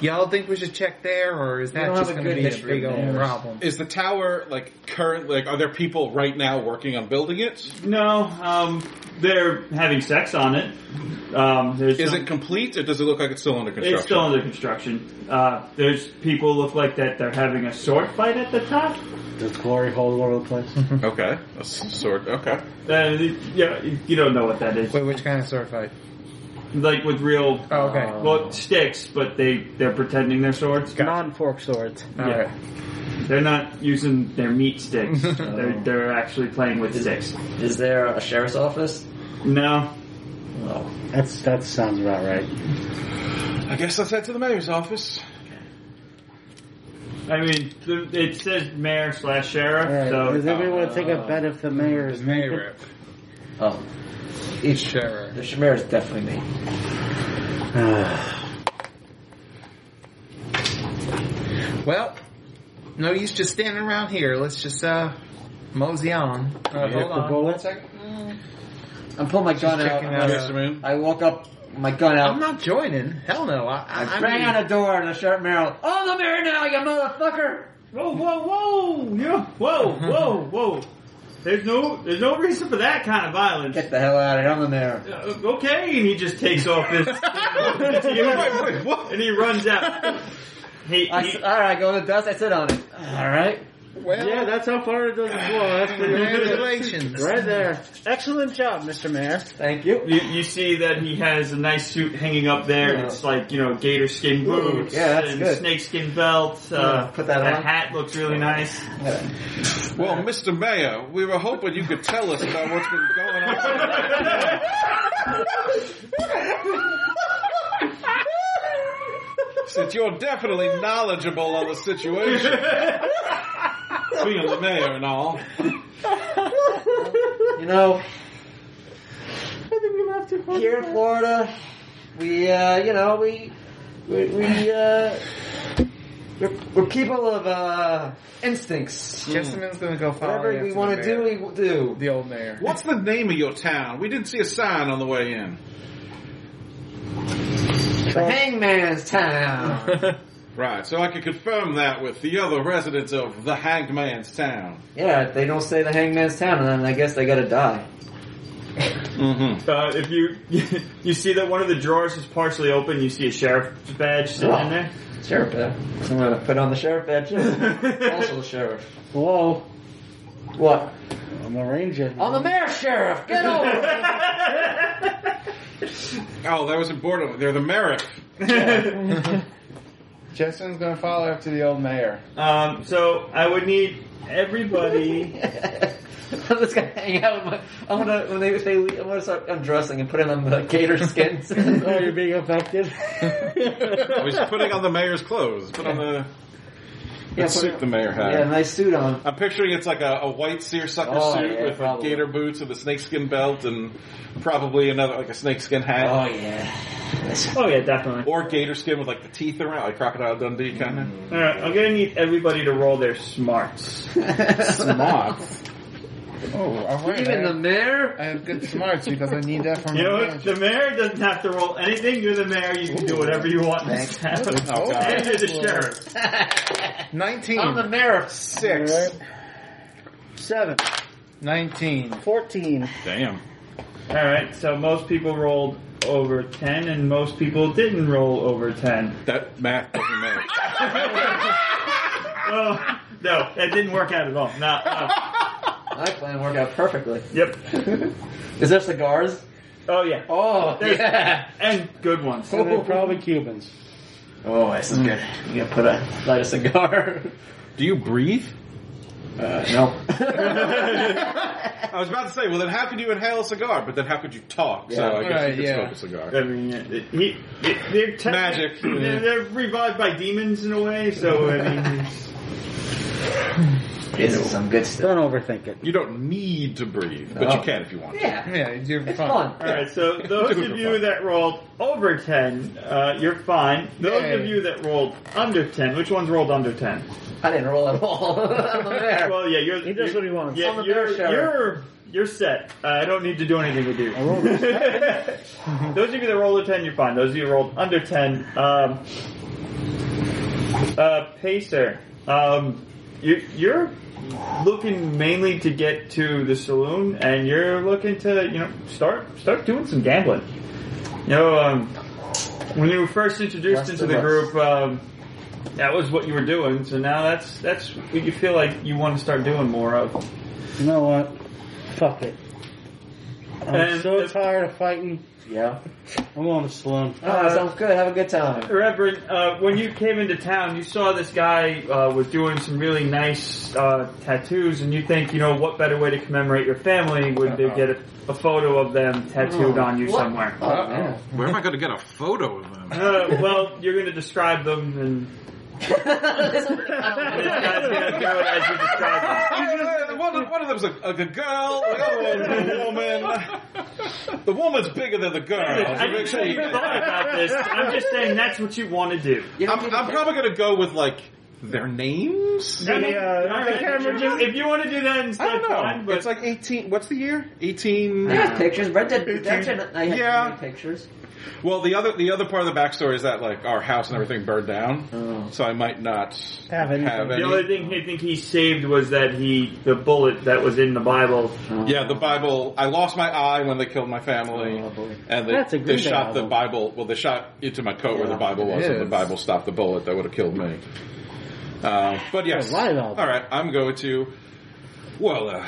Y'all think we should check there, or is that
don't
just
have a
going to
good
be a
history
big
of
old
mayors.
problem?
Is the tower like current? Like, are there people right now working on building it?
No, um, they're having sex on it. Um, there's
Is
some-
it complete, or does it look like it's still under construction?
It's still under construction. Uh, there's people look like that. They're having a sword fight at the top.
There's glory hole all over the place.
Okay, a s- sword. Okay,
Uh, yeah, you don't know what that is.
Wait, which kind of sword fight?
Like with real,
Oh, okay.
well, sticks, but they they're pretending they're swords.
Non-fork swords.
All
yeah.
right.
They're not using their meat sticks. they're they're actually playing with sticks.
<laughs> Is there a sheriff's office?
No,
No.
That's that sounds about right.
I guess let's head to the mayor's office.
I mean th- it says mayor slash sheriff.
All right. Does
So
anybody want to take a bet if the mayor is
Mayor,
Oh.
it's sure.
The mayor's definitely
<sighs>
me.
Well, no use just standing around here. Let's just uh mosey on. Uh, hold on.
bullet?
Mm. I'm pulling my gun out.
checking out.
Yes, I mean,
I walk up, my gun out.
I'm not joining. Hell no. I, I,
I
I
bang
mean-
on the door and I shut Meryl. Oh, the mayor now, you motherfucker!
whoa, whoa, whoa, yeah, whoa, whoa, whoa. There's no there's no reason for that kind of violence.
Get the hell out of here, I'm the mayor.
Uh, okay, and he just takes off his <laughs> and he runs out. He,
I
he-
s- alright, go to the dust, I sit on it. Alright.
Well,
Yeah, that's how far it does the floor. That's pretty good.
congratulations.
Right there. Excellent job, Mr. Mayor.
Thank you.
you, you see that he has a nice suit hanging up there.
Yeah.
It's like you know gator skin
Ooh,
boots
yeah, that's
and
good.
snake skin belt.
Yeah,
Uh,
put that on.
hat looks really nice.
well, Mr. Mayor, we were hoping you could tell us about what's been going on. Since you're definitely knowledgeable on the situation. Being the mayor and all.
You know, here in Florida, we, uh, you know, we, we, we, uh, We're, we're people of uh, instincts.
Jessamyn's gonna go follow
Oh,
Whatever
you
we
to
want
the
to
mayor.
do, we will do.
The old mayor.
What's the name of your town? We didn't see a sign on the way in.
The hangman's town.
<laughs>
Right, so I could confirm that with the other residents of the Hanged Man's Town.
yeah, if they don't say the hangman's town, then I guess they gotta die.
Mm-hmm.
Uh, if you <laughs> you see that one of the drawers is partially open, you see a sheriff's badge sitting in there.
Sheriff badge. I'm gonna put on the sheriff
<laughs>
badge. too. also sheriff.
Hello,
What?
I'm a ranger.
I'm the mayor, sheriff. Get over. it.
Oh, that was important. They're the Merrick.
Jessamyn's gonna follow after the old mayor.
Um, so I would need everybody.
<laughs> I'm just gonna hang out. With my, I'm gonna when they if they leave, I'm gonna start undressing and putting on the gator <laughs> skins.
Oh, you're being affected.
I was putting on the mayor's clothes. Put on the,
Yeah,
the suit
put-
the mayor had.
yeah, nice suit on.
I'm picturing it's like a, a white seersucker
Oh,
suit
yeah,
with
probably.
gator boots and a snakeskin belt and probably another like a snakeskin hat.
Oh yeah.
Oh yeah, definitely.
Or gator skin with like the teeth around, like crocodile Dundee kind of.
All right, I'm gonna need everybody to roll their smarts.
<laughs>
<laughs>
Smart.
Oh, alright.
Even the
I,
mayor.
I have good smarts because I need that for
You
my
know what? The mayor doesn't have to roll anything. You're the mayor. You can do whatever you want. in this town.
Oh, God.
<laughs> And you're the sheriff.
Nineteen.
I'm the mayor.
six.
Seven.
Nineteen.
Fourteen.
Damn.
All right. So most people rolled over ten, and most people didn't roll over ten.
That math doesn't matter.
Oh no, that didn't work out at all. No. uh,
My plan worked out perfectly.
yep.
Is there cigars?
Oh yeah.
Oh
There's-
yeah.
And good ones. <laughs>
And they're probably Cubans.
Oh, this is good. I'm gonna put a light a <laughs> cigar.
Do you breathe?
Uh, no. <laughs>
I was about to say, well, then how could you inhale a cigar? But then how could you talk? so I guess
Right,
you could
yeah.
smoke a cigar.
I mean, it- it- he, it- they're te-
Magic.
They're, they're revived by demons in a way, so I mean, <laughs> it's-
this is some good stuff.
Don't overthink it.
You don't need to breathe, but you
Oh.
can if you want. to.
Yeah.
Yeah, you're
It's
fun.
fun.
all right. So those of you that rolled over ten, uh, you're fine. Those of
Yay.
you that rolled under ten, which ones rolled under ten?
I didn't roll at all. <laughs> I'm the mayor.
Well, yeah, you're.
He does
you're-
what he wants.
Yeah,
I'm the
you're,
bear shower.
you're you're set. Uh, I don't need to do anything with you.
rolled a
<laughs> Those of you that rolled a ten, you're fine. Those of you that rolled under ten, um, uh, pacer, um, you, you're looking mainly to get to the saloon, and you're looking to you know start start doing some gambling. You know, um, when you were first introduced
Less
into
and
the
less.
group. Um, that was what you were doing, so now that's that's what you feel like you want to start doing more of.
You know what? Fuck it. I'm
And
so
if-
tired of fighting.
Yeah.
I'm going to saloon.
Oh, that sounds good. Have a good time.
Reverend, uh, when you came into town, you saw this guy uh, was doing some really nice uh, tattoos, and you think, you know, what better way to commemorate your family would
Uh-huh.
to get a, a photo of them
Hmm.
tattooed on you
What?
somewhere?
Oh, man.
Where am I going to get a photo of them?
Uh, well, you're going to describe them, and this guy's going to do it as you describe them.
one, one of them's a, a girl, the other one's a woman. The woman's bigger than the girl.
I
so make
didn't
sure
say you
you-
thought about this. I'm just saying that's what you want to do.
I'm, I'm probably going to go with like their names.
The, uh,
All
the
right,
camera
if you-
just
if you want to do that instead,
I don't
fine,
know.
but
It's like 18. What's the year? 18.
Yeah, pictures. Red Dead Redemption. I had
Yeah.
yeah. pictures.
Well, the other the other part of the backstory is that like our house and everything burned down, so I might not
Have anything.
have
The
any.
only thing I think he saved was that he the bullet that was in the Bible.
Yeah, the Bible. I lost my eye when they killed my family,
Oh, boy.
and they,
That's a
they
great
shot the
album.
Bible. Well, they shot into my coat where the
Yeah,
Bible was,
it
and the
is.
Bible stopped the bullet that would have killed me. Uh, but yes,
light
all
album.
right, I'm going to. Well, uh,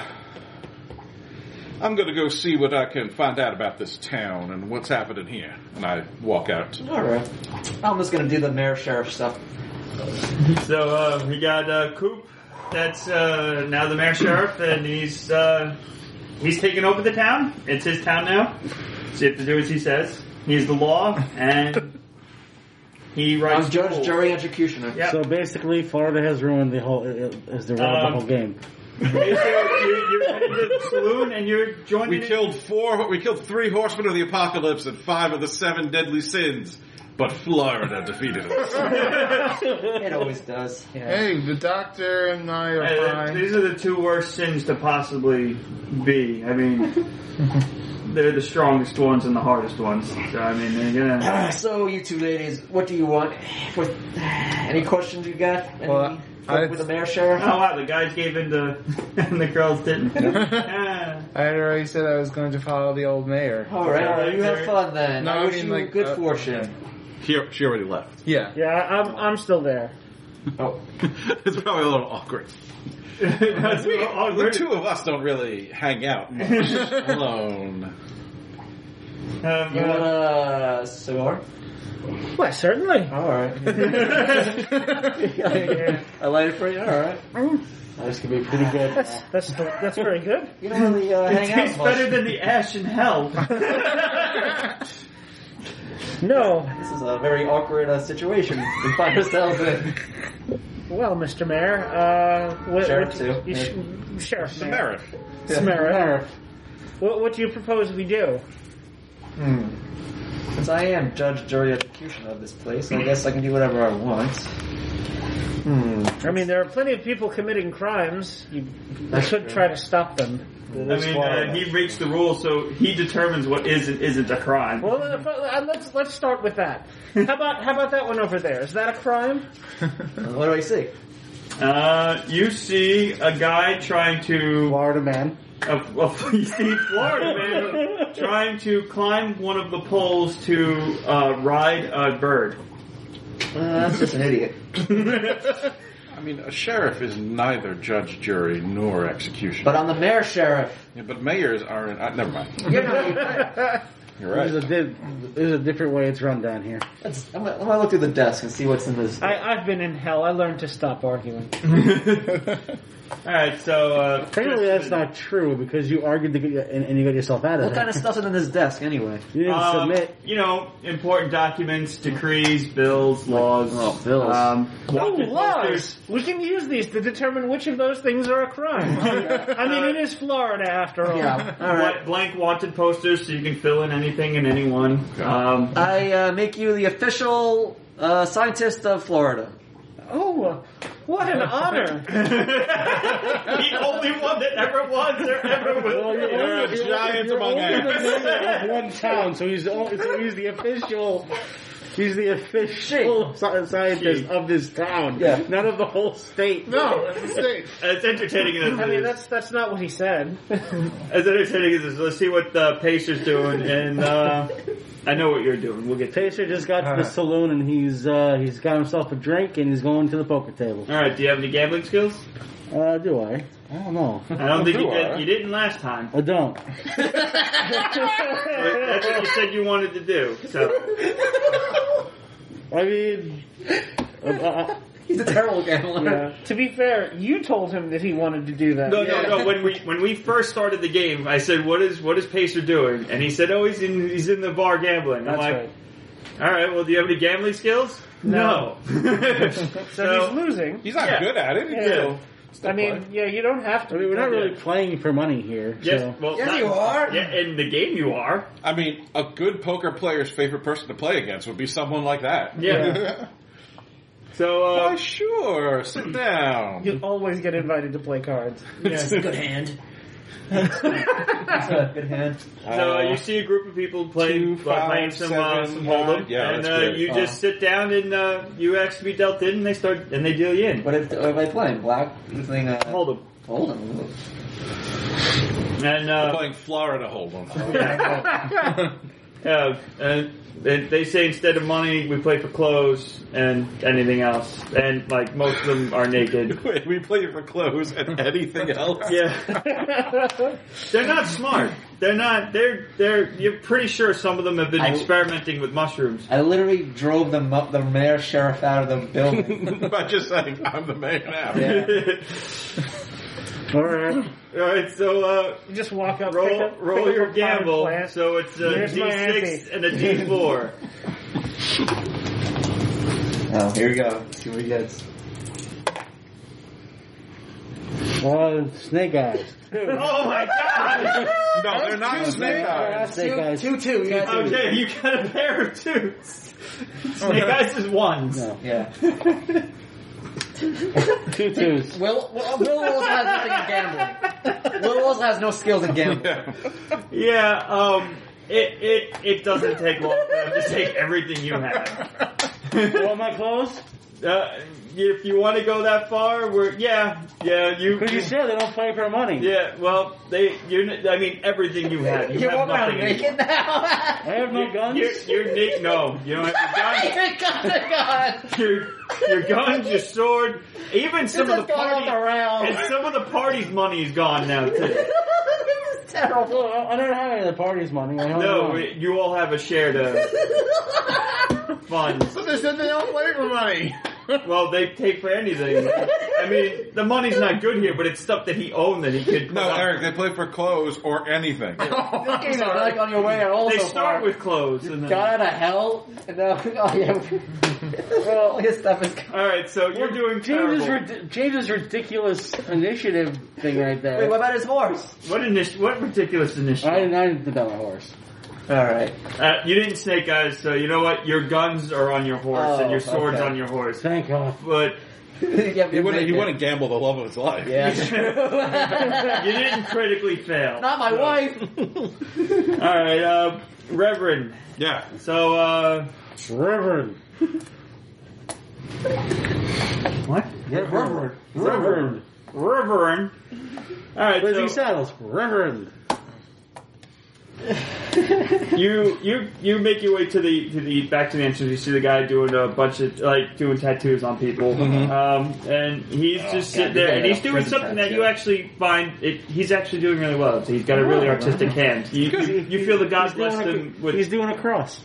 I'm going to go see what I can find out about this town and what's happening here. And I walk out.
All right. I'm just gonna do the mayor sheriff stuff.
So uh, we got uh, Coop. That's uh, now the mayor sheriff, and he's uh, he's taking over the town. It's his town now. So you have to do as he says. He's the law, and he writes.
I'm judge,
rules.
jury, executioner.
Yeah.
So basically, Florida uh, has ruined the whole. Is the, ruin of the
Um,
whole game.
you're, you're in the saloon and you're joining.
We
in-
killed four. We killed three horsemen of the apocalypse and five of the seven deadly sins. But Florida defeated <laughs> us.
It always does. Yeah.
Hey, the doctor and I
Uh,
are fine.
these are the two worst sins to possibly be. I mean, they're the strongest ones and the hardest ones. So I mean, they're gonna.
Ah, <clears throat> so you two ladies, what do you want? What, <sighs> any questions you got? Any,
Well, I-
with the mayor sheriff?
Oh wow, the guys gave in to, <laughs> and the girls didn't.
<laughs>
Ah.
I had already said I was going to follow the old mayor.
All right, well, you have fun then.
No,
I
I
wish
mean,
you
like,
good
uh,
fortune.
She, she already left. <laughs>
Yeah.
Yeah, I'm, I'm still there.
Oh,
it's probably a little awkward.
<laughs> That's
We- the
awkward.
two of us don't really hang out <laughs> much alone.
Um,
you <laughs> uh, want a cigar?
Well, <laughs> certainly.
All right. I light it for you. All right. That's gonna be pretty good.
Mm, That's that's that's very good.
<laughs> You don't really uh,
it
hang
tastes
out much.
better than the ash in hell.
No,
This is a very awkward uh, situation <laughs> we find ourselves in.
well, Mr. Mayor, uh, what,
Sheriff,
what
too.
You, sh- Sheriff, Mayor.
Merrick,
Samara.
Samara.
What, what do you propose we do?
Hmm. Since I am judge, jury, execution of this place, I guess I can do whatever I want. Hmm.
I mean, there are plenty of people committing crimes. You should try to stop them.
I mean, uh, he breaks the rules, so he determines what is and isn't a crime.
Well, uh, fr- uh, let's let's start
<laughs>
with that. How about how about that one over there? Is that a crime?
What do I see?
Uh, you see a guy trying to
Florida man.
a, a, <laughs> you see Florida man trying to climb one of the poles to uh, ride a bird. <laughs>
Uh, that's just an idiot.
I mean, a sheriff is neither judge, jury, nor executioner.
But I'm the mayor, sheriff.
Yeah, but mayors aren't. Uh, never mind.
You're not.
You're
There's a,
right.
di- there's a different way it's run down here.
That's, I'm, gonna, I'm gonna look through the desk and see what's in this.
I, I've been in hell. I learned to stop arguing.
All right, so uh,
Apparently that's not true because you argued to get, your- and, and you got yourself out of
what
it.
kind of Uh, stuff's in this desk anyway?
you didn't
um,
submit.
You know, important documents, decrees, bills, laws.
Oh, bills.
Um,
Oh,
documents,
laws!
posters.
We can use these to determine which of those things are a crime. I mean, it is Florida after all.
Yeah. All
Wa-
right.
blank wanted posters, so you can fill in anything and anyone. Um, <laughs>
I uh, make you the official uh, scientist of Florida.
Oh, what an honor!
the only one that ever was or ever will. be.
You're a giant among ants.
of one town, so he's all, so he's the official. He's the official sci- scientist of this town,
Yeah.
not of the whole state.
No, it's a mistake.
<laughs> It's entertaining as
I
it
mean,
is.
that's that's not what he said.
As entertaining as it is. Let's see what the Pacers doing, and uh, I know what you're doing. We'll get. To
Pacer just got to the saloon and he's uh, he's got himself a drink and he's going to the poker table.
All right. Do you have any gambling skills?
Uh, do I? I don't know.
I don't think you
do I?
did. You didn't last time.
I don't.
But That's what you said you wanted to do. So
I
<laughs>
mean, uh, uh,
He's a terrible gambler.
to be fair, you told him that he wanted to do that.
no, no, no. When we when we first started the game, I said, "What is what is Pacer doing?" And he said, "Oh, he's in he's in the bar gambling." I'm
That's
like,
right.
"All right. Well, do you have any gambling skills?"
No. <laughs> So, he's
so
losing.
He's not
Yeah.
good at it.
yeah.
I mean, yeah, you don't have to.
I mean, we're not really playing for money here.
Yes,
so.
well,
Yes,
not-
you are.
Yeah, in the game you are.
I mean, a good poker player's favorite person to play against would be someone like that.
Yeah. So,
<laughs> Why,
uh,
sure. Sit down.
You always get invited to play cards. <laughs>
good hand. That's a good hand.
so uh, you see a group of people playing,
Two,
like,
five,
playing some
seven,
uh, some hold'em,
nine. Yeah,
and
that's
uh,
great.
you
Uh.
just sit down and uh, you ask to be dealt in, and they start and they deal you in.
What if, what am I playing? Black? The thing, uh,
Hold'em,
Hold on.
and
We're
uh,
playing Florida Hold'em.
<laughs> uh, and they, they say instead of money, we play for clothes and anything else, and like most of them are
<laughs>
naked.
Wait, <laughs> we play for clothes and anything else.
Yeah. They're not smart. They're not. They're. They're. You're pretty sure some of them have been
I-
experimenting with mushrooms.
I literally drove them up the mayor sheriff out of the building.
<laughs> By just saying, I'm the mayor now.
Yeah.
All right.
All right. So uh,
You just walk up, pick
roll
up, pick
roll
up
your
a
gamble.
card plant.
So it's a
Here's my
D6 and
ante.
a
<laughs>
D4.
Oh, here we go. See what he gets.
Oh, snake eyes.
Oh my god!
<laughs> No, they're not snake eyes.
Snake eyes.
Two, two, you got two.
Okay, you got a pair of
<laughs>
twos. Snake eyes is ones.
No.
Yeah.
Two
<laughs>
twos.
Will, Will, Will also has nothing in gambling. Will also has no skills in gambling.
Yeah.
Yeah, um, it, it, it doesn't take long for them to take everything you have.
Want my clothes?
Uh, if you want to go that far, we're, yeah, yeah, you,
Because you said they don't fight for money.
yeah, well, they, you, are I mean, everything you have, you,
You
have
won't want
nothing.
to
anymore.
make it
<laughs>
now.
I have no guns.
Your, your ni- no, you don't have your gun.
Your guns are gone.
<laughs> Your, your guns, your sword, even some
This
of
is
the
going off the
party, and
rails.
some of the party's money is gone now too.
this is terrible.
Look, I I don't have any of the party's money. I don't
No,
know.
we- you all have a shared uh, fund.
So there's nothing else labor money.
Well, they take for anything. I mean, the money's not good here, but it's stuff that he owned that he could.
No, Eric, they play for clothes or anything.
This game is like on your way at
<laughs>
all
They
so
start
far.
with clothes. And
Got
then,
out of hell. And now, oh yeah. <laughs> well, his stuff is gone.
all right, so you're doing
James's,
terrible.
rid- James's ridiculous initiative thing right
Wait, what
there.
about his horse?
What initi- What ridiculous
I
initiative?
didn't, I didn't bet my horse.
Alright.
Uh, you didn't snake eyes, so you know what? Your guns are on your horse, and
Oh,
your sword's
okay.
on your horse.
Thank God.
But <laughs>
He wouldn't, he wouldn't gamble the love of his life.
Yeah.
<laughs>
<laughs>
you didn't critically fail.
Not my wife.
<laughs> All right, uh, Reverend.
Yeah.
So uh,
Reverend.
what?
Reverend. Reverend.
Reverend. All right,
Lizzie
so-
Saddles. Reverend.
<laughs> you you you make your way to the to the back to the entrance. You see the guy doing a bunch of like doing tattoos on people,
Mm-hmm.
um, and he's
Oh,
just sitting there
yeah,
and he's
yeah,
doing
prison
something that
tattoo.
you actually find it. He's actually doing really well. So he's got a really
Oh,
artistic hand. You, you, you feel the God
He's doing
bless
a-
him <laughs>
He's
with
doing a cross.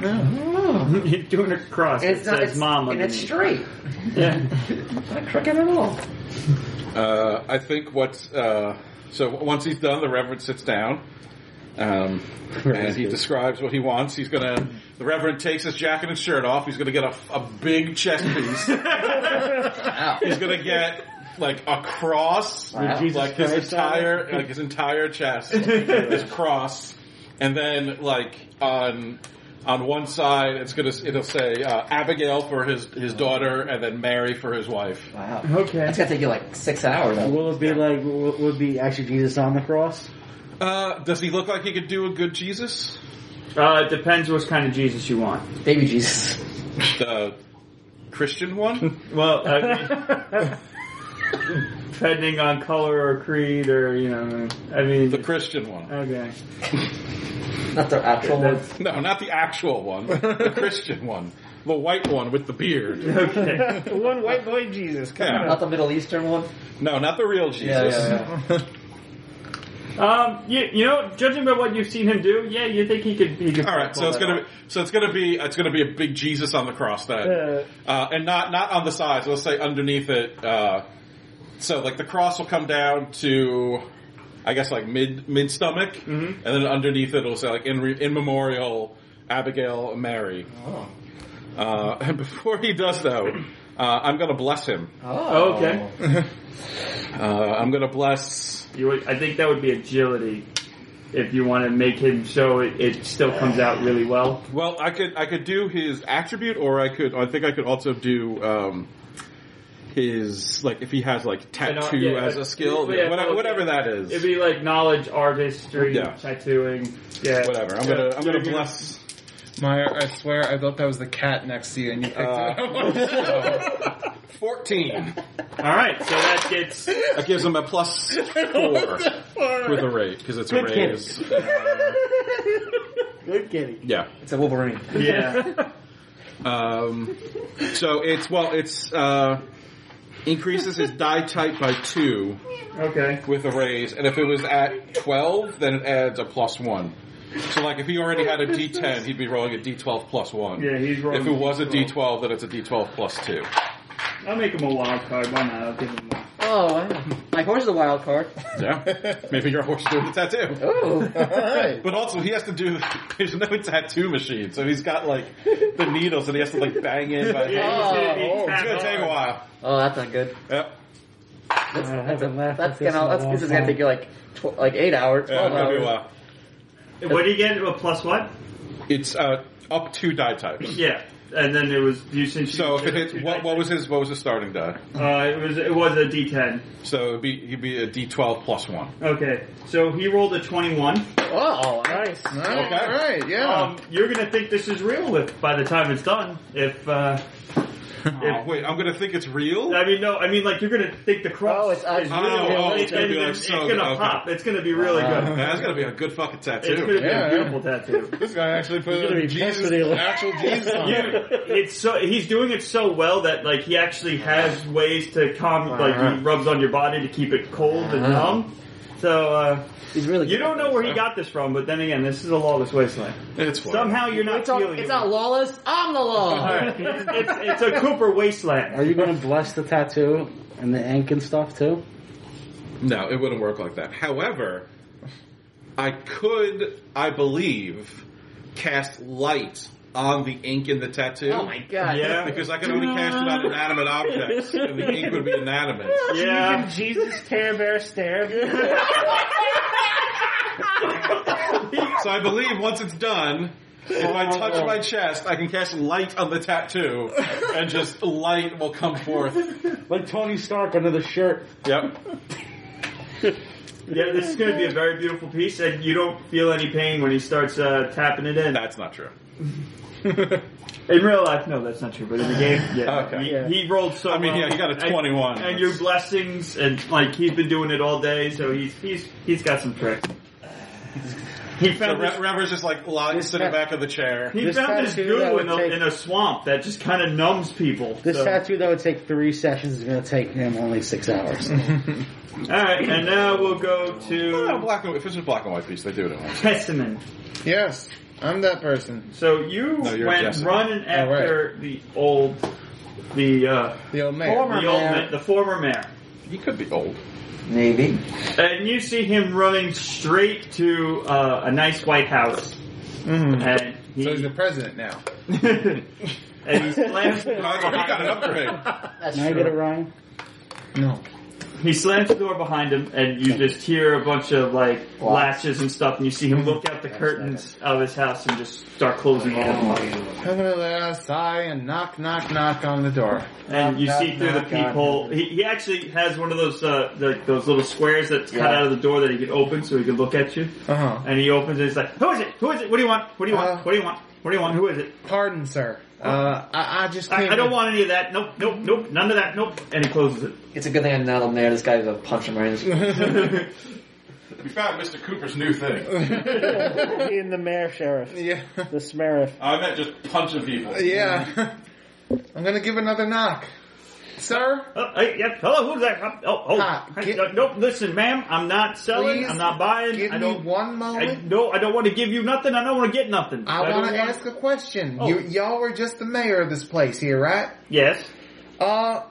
he's doing a cross.
It's
It
not.
says
It's
mom
and it's
underneath.
straight.
Yeah.
Not crooked at all.
Uh, I think what's uh, so once he's done, the Reverend sits down. Um, and he describes what he wants. He's gonna. The Reverend takes his jacket and shirt off. He's gonna get a, a big chest
<laughs>
piece. He's gonna get like a cross,
Wow.
Jesus
like his
Christ,
entire like his entire chest, his cross, and then like on on one side it's gonna it'll say uh, Abigail for his his daughter, and then Mary for his wife.
Wow.
Okay.
That's gonna take you like six hours.
Will it be like, will will it be actually Jesus on the cross?
Uh, does he look like he could do a good Jesus?
Uh, it depends what kind of Jesus you want.
Baby Jesus. <laughs>
The Christian one?
Well, <laughs> I mean, depending on color or creed or you know, I mean,
The Christian one.
okay.
Not the actual one.
That's-
No, not the actual one. The Christian one. The white one with the beard.
Okay.
One white boy Jesus. Come
Yeah.
Not the Middle Eastern one.
No, not the real Jesus.
Um, you, you know, judging by what you've seen him do, yeah, you think he could. He could
<laughs> All right, so it's gonna be so it's gonna be it's gonna be a big Jesus on the cross then,
<laughs>
uh, and not not on the sides. Let's say underneath it. Uh, so like the cross will come down to, I guess like mid mid stomach, and
Mm-hmm.
then underneath it will say like in re, in memorial Abigail Mary.
Oh.
Uh, <laughs> and before he does though, uh, I'm gonna bless him.
Oh.
Okay.
Uh, I'm gonna bless.
You would, I think that would be agility if you want to make him show it, it still comes out really well.
Well, I could I could do his attribute, or I could I think I could also do um, his like if he has like
know,
tattoo
uh, yeah,
as
but-
a skill,
yeah,
whatever,
well,
whatever that
It'd
is,
be like knowledge, artistry,
Yeah.
tattooing. Yeah,
whatever. I'm
Yeah.
gonna I'm
Yeah,
gonna
yeah.
bless.
Meyer, I swear, I thought that was the cat next to you, and you picked it up.
Uh, Fourteen.
All right, so that
<laughs>
gets
That gives him a plus four with a rate because it's a
Good kid.
raise.
Good kitty.
Yeah.
It's a Wolverine.
yeah. <laughs>
Um, so it's well it's uh, increases his die type by two.
Okay.
with a raise, and if it was at 12, then it adds a plus 1. So, like, if he already had a D10, he'd be rolling a D12 plus 1.
Yeah, he's rolling
If it was a
D12.
D12, then it's a D12 plus 2.
I'll make him a wild card. Why not? I'll give him. One.
Oh, wow. my horse is a wild card.
Yeah? <laughs> Maybe your horse is doing a tattoo.
<laughs> Ooh.
But also, he has to do, <laughs> there's no tattoo machine, so he's got, like, the needles that he has to, like, bang in by hand.
Oh,
It's gonna take a while.
oh, that's not good.
Yep.
That's,
I
that's, a,
haven't laughed
that's
at this
gonna.
in a
That's,
long
this is gonna
time.
take you like tw- like eight hours,
Yeah,
twelve
it's gonna be a
hours.
while.
What do you get? A plus what?
It's uh, up two die types.
Yeah, and then it was you since you
So if it
two
hits, what,
dice.
what was his what was his starting die?
Uh, it was it was a D10.
So it'd be he'd be a D twelve plus one.
Okay, so he rolled a 21.
Oh,
Alright,
Nice.
Okay.
alright, yeah.
Um, you're gonna think this is real if by the time it's done. If
<laughs>
uh,
Oh, Wait, I'm gonna think it's real.
I mean no, I mean like you're gonna think the cross
Oh, it's
is
actually
real.
Oh,
and
it's gonna be
then
like
it's
so-
gonna
okay. Uh,
pop. It's gonna be really good.
That's gonna be a good fucking
It's
tattoo.
gonna be
Yeah.
a beautiful tattoo.
This guy actually put
gonna be pissed when he-
actual Jesus on it.
You- <laughs> it's so he's doing it so well that like he actually has ways to calm like he rubs on your body to keep it cold and numb. So uh,
he's really.
you don't know where he got this from, but then again, this is a lawless wasteland.
It's fine.
Somehow you're not
It's, all,
feeling
it's
it.
not lawless. I'm the law.
All right. it's, it's a Cooper wasteland.
Are you going to bless the tattoo and the ink and stuff too?
No, it wouldn't work like that. However, I could, I believe, cast light on the ink in the tattoo.
Oh my god.
Yeah,
Because I can only cast it
<laughs>
on inanimate objects, and the ink would be inanimate.
yeah.
Jesus Tear Bear Stare.
So I believe once it's done, if I touch my chest, I can cast light on the tattoo, and just light will come forth.
Like Tony Stark under the shirt.
Yep.
Yeah, this is going to be a very beautiful piece, and you don't feel any pain when he starts uh, tapping it in.
That's not
<laughs>
true.
In real life, no, that's not true. But in the game, yeah,
<laughs> Okay.
he, he rolled so.
I mean,
well.
yeah, he got a
And-
21.
And, your blessings, and like he's been doing it all day, so he's he's he's got some
<laughs>
tricks. He
So
found
Re-
this,
Rever's just like lying, sitting back in the chair.
he
this
found this
tattoo that
goo
would
in a,
take-
in a swamp that just kind of numbs people.
This
so.
tattoo that would take three sessions is going to take him only six hours. <laughs>
All right, and now we'll
Oh,
go to
black and, if it's a black and white piece, they do it in one.
Testament.
yes, I'm that person.
So you
No, you're
went
guessing.
running after the old, the uh,
The old man.
the old man, the former mayor,
He could be <laughs> old.
Maybe.
and you see him running straight to uh, a nice White House,
Mhm.
and he,
So he's the president now.
<laughs> and he slams the door
Oh, <laughs> he got an
behind him.
upgrade.
That's
Can I get it, Ryan?
No.
He slams the door behind him, and you just hear a bunch of like latches and stuff, and you see him look out the curtains of his house and just start closing all of them. up.
I'm gonna let out a sigh and knock, knock, knock on the door.
And you
Knock,
see through the
knock, knock,
peephole. He, he actually has one of those uh, like those little squares that's cut
Yeah.
out of the door that he can open so he can look at you.
Uh huh.
And he opens it. He's like, "Who is it? Who is it? What do you want? What do you want?
Uh,
What do you want? What do you want? Who is it?
Pardon, sir. Uh, I, I just came
I, I don't want any of that. Nope, nope, nope. None of that. Nope." And he closes it.
It's a good thing I'm not on there. This guy's gonna punch him right in
<laughs>
his
We found Mr. Cooper's new thing.
want.
In the mayor sheriff.
<laughs> yeah.
The smeriff.
I meant just punching people.
Yeah. <laughs> I'm gonna give another knock. Sir?
Oh, hey, yeah, hello, who's that? Oh, oh,
Ah,
Hey,
get-
no, nope. Listen, ma'am, I'm not selling.
Please
I'm not buying.
Give
I
me
don't.
one
I,
moment.
no, I don't want to give you nothing. I don't want to get nothing.
I,
don't
want to ask a question.
Oh.
You, y'all were just the mayor of this place here, right?
Yes.
Uh,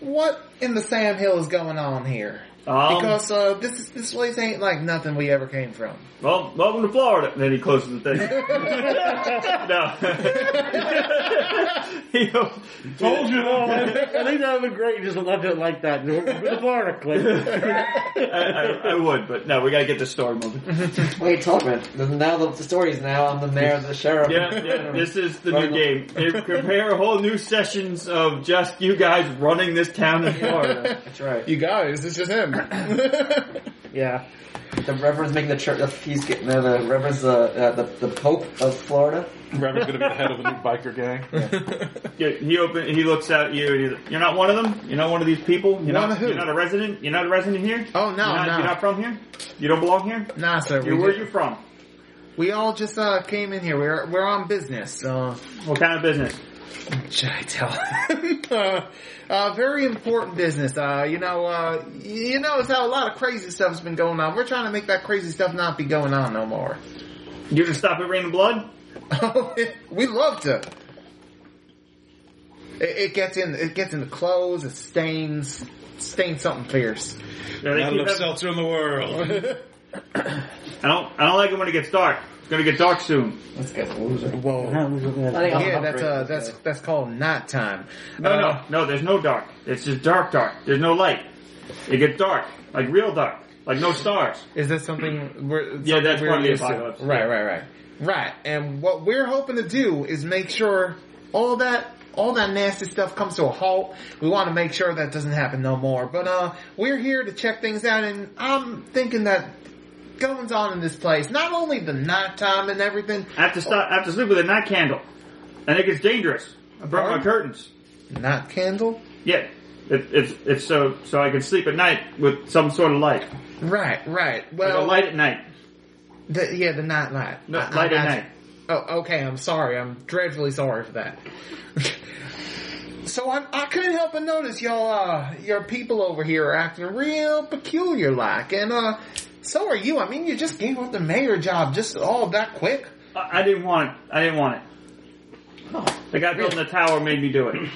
what in the Sam Hill is going on here?
Um,
Because uh, this is, this place ain't like nothing we ever came from.
well, welcome to Florida. And then he closes
<laughs>
the thing. <laughs> no. <laughs> he goes,
Told you
<laughs>
though.
I think that would be great. Just left it like that. The Florida
I, I, I would, but no, we got to get the story moving.
Wait, talk man. Now the, the story's now I'm the mayor of the sheriff.
<laughs> Yeah, yeah, this is the new game. If, prepare whole new sessions of just you guys running this town
<laughs>
in Florida.
That's right.
You guys, it's just him.
Yeah.
The reverend's making the church. The, he's getting the, the reverend's the, uh, the the Pope of Florida.
Reverend's gonna be the head of the new biker gang.
Yeah, he open. He looks at you and he's like, "You're not one of them. You're not one of these people. You're
One
not.
of who?
You're not a resident. You're not a resident here.
Oh, no,
you're not,
no.
You're not from here. You don't belong here.
<laughs> nah, sir.
You,
We,
where
ju-
you from?
we all just uh, came in here. We're we're on business. Uh,
What kind of business?
should I tell him? <laughs> uh, uh, very important business. Uh, you know, uh, y- you know, it's how a lot of crazy stuff's been going on. We're trying to make that crazy stuff not be going on no more. <laughs>
You can stop it raining blood.
we love to. It, it gets in. It gets in the clothes. It stains. Stains something fierce.
Yeah, they
Not
keep
enough
having-
seltzer in the world.
I don't. I don't like it when it gets dark. It's gonna get dark soon.
Let's get loser.
Whoa.
I think I'll
Yeah, that's uh,
upgrade
that's
this
that's called nighttime.
Uh,
Uh,
No, no, no. There's no dark. It's just dark, dark. There's no light. It gets dark, like real dark, like no stars.
Is that something we're
Yeah,
something
that's
we're
part of the
used to?
apocalypse.
Right, right, right, right. And what we're hoping to do is make sure all that all that nasty stuff comes to a halt. We want to make sure that doesn't happen no more. But uh, we're here to check things out, and I'm thinking that goings on in this place, not only the nighttime and everything.
I have to stop. I have to sleep with a night candle, and it gets dangerous. I brought my
Pardon?
curtains.
Not candle.
Yeah, it, it's it's so so I can sleep at night with some sort of light,
Right, right.
like a
Well,
light at night.
The, yeah, the night light.
No,
I- I
light at
got you.
night.
Oh, okay. I'm sorry. I'm dreadfully sorry for that. <laughs> so I, I couldn't help but notice y'all, uh, your people over here are acting real peculiar like, and uh, so are you. I mean, you just gave up the mayor job just all that quick.
I, I didn't want it. I didn't want it. The guy building the tower made me do it.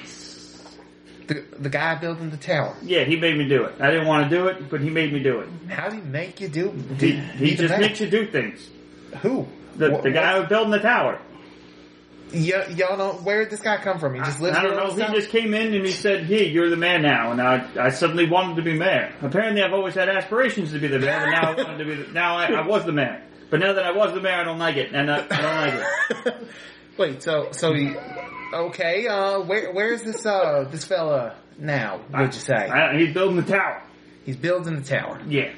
The the guy building the tower.
Yeah, he made me do it. I didn't want to do it, but he made me do it.
How do you make you do?
He,
do-
he
do
just
that?
makes you do things.
who?
The,
Wha-
the guy who's building the tower.
Y- y'all don't. Where did this guy come from? He just lives.
I don't
here all
know.
the time?
He just came in and he said, "Hey, you're the man now." And I, I suddenly wanted to be mayor. Apparently, I've always had aspirations to be the mayor, but now I wanted to be. The, now I, I was the mayor, but now that I was the mayor, I don't like it, and I, I don't like it.
Wait, so so he, okay, uh where where's this uh this fella now, would you say?
I, he's building the tower.
He's building the tower.
Yeah,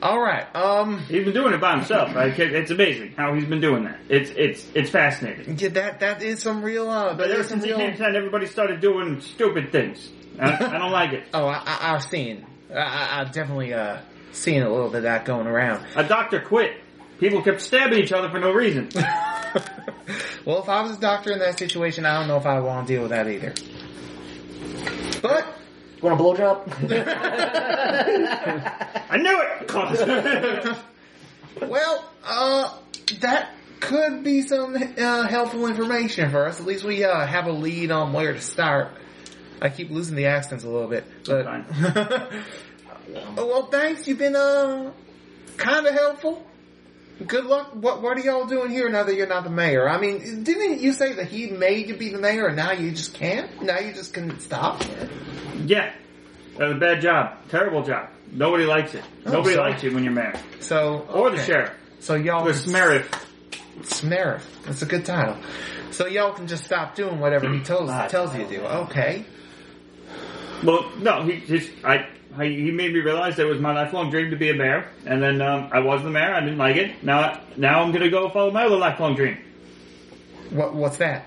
Alright, um
he's been doing it by himself. Like, it- it's amazing how he's been doing that. It's it's it's fascinating.
yeah, that that is some real
But
uh that
ever
is some
since he
real
came to town, everybody started doing stupid things. I, I don't like it.
Oh I I I've seen. I I I've definitely uh seen a little bit of that going around. <laughs>
A doctor quit. People kept stabbing each other for no reason.
well if I was a doctor in that situation, I don't know if I want to deal with that either. But
Want a blowjob?
<laughs>
<laughs>
<laughs>
I knew <laughs> it.
Well, uh, that could be some uh, helpful information for us. At least we uh, have a lead on where to start. I keep losing the accents a little bit, but <laughs> Oh, well, thanks. You've been uh, kind of helpful. Good luck. What What are y'all doing here now that you're not the mayor? I mean, didn't you say that he made you be the mayor, and now you just can't? Now you just can stop?
yeah, that was a bad job. Terrible job. Nobody likes it.
Oh,
Nobody
sorry.
likes you when you're mayor
So
or the
okay.
sheriff.
So y'all
Or the sheriff.
Smerif. That's a good title. So y'all can just stop doing whatever he tells tells you to do. Okay.
Well, no, he just I, I he made me realize that it was my lifelong dream to be a mayor, and then um, I was the mayor. I didn't like it. Now now I'm gonna go follow my other lifelong dream.
What what's that?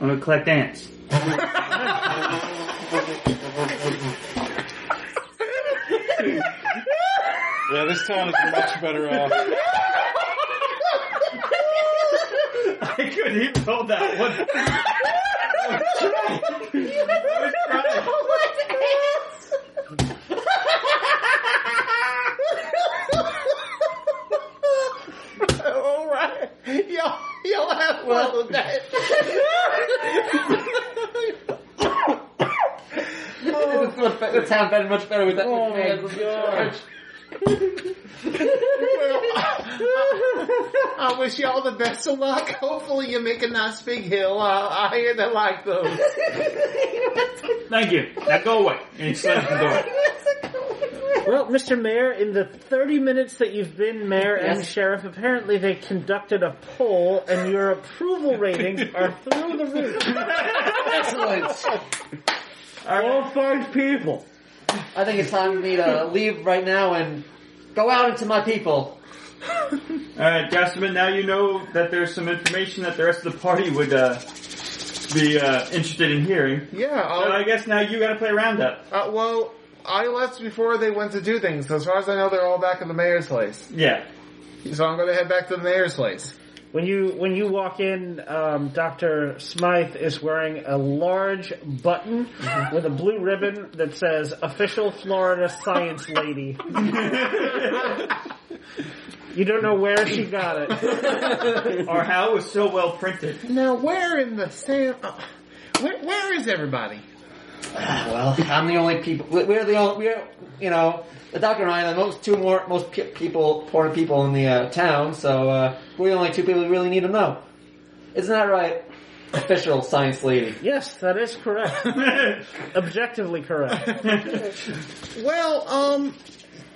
I'm gonna collect ants.
<laughs>
<laughs>
Yeah, this town is much better off. <laughs>
I couldn't even hold that one.
All right. <laughs> Y'all y'all have fun with that.
It's much better- the town better, much better with that.
Oh my
with
God.
I wish y'all the best of luck. Hopefully you make a nice big hill. I, I hear they like those.
Thank you. Now go away. And he slams the door.
Well, Mr. Mayor, in the 30 minutes that you've been mayor and sheriff, apparently they conducted a poll and your approval ratings are through the roof.
Excellent.
<laughs> All five people.
I think it's time for me to leave right now and go out into my people.
Alright, Gasman, now you know that there's some information that the rest of the party would uh, be uh, interested in hearing.
Yeah,
So
I'll,
I guess now you gotta play roundup.
Uh, well, I left before they went to do things, so as far as I know, they're all back at the mayor's place.
Yeah.
So I'm gonna head back to the mayor's place.
When you when you walk in, um, Doctor Smythe is wearing a large button with a blue ribbon that says "Official Florida Science Lady." you don't know where she got it.
Our <laughs> how was so well printed.
Now, where in the sand? Uh, where, where is everybody?
Well, <laughs> I'm the only people. we- We're the only. We're you know the doctor and I are the most two more most pe- people important people in the uh, town. So uh, we're the only two people who really need to know. Isn't that right? Official science lady.
Yes, that is correct. Objectively correct.
Well, um,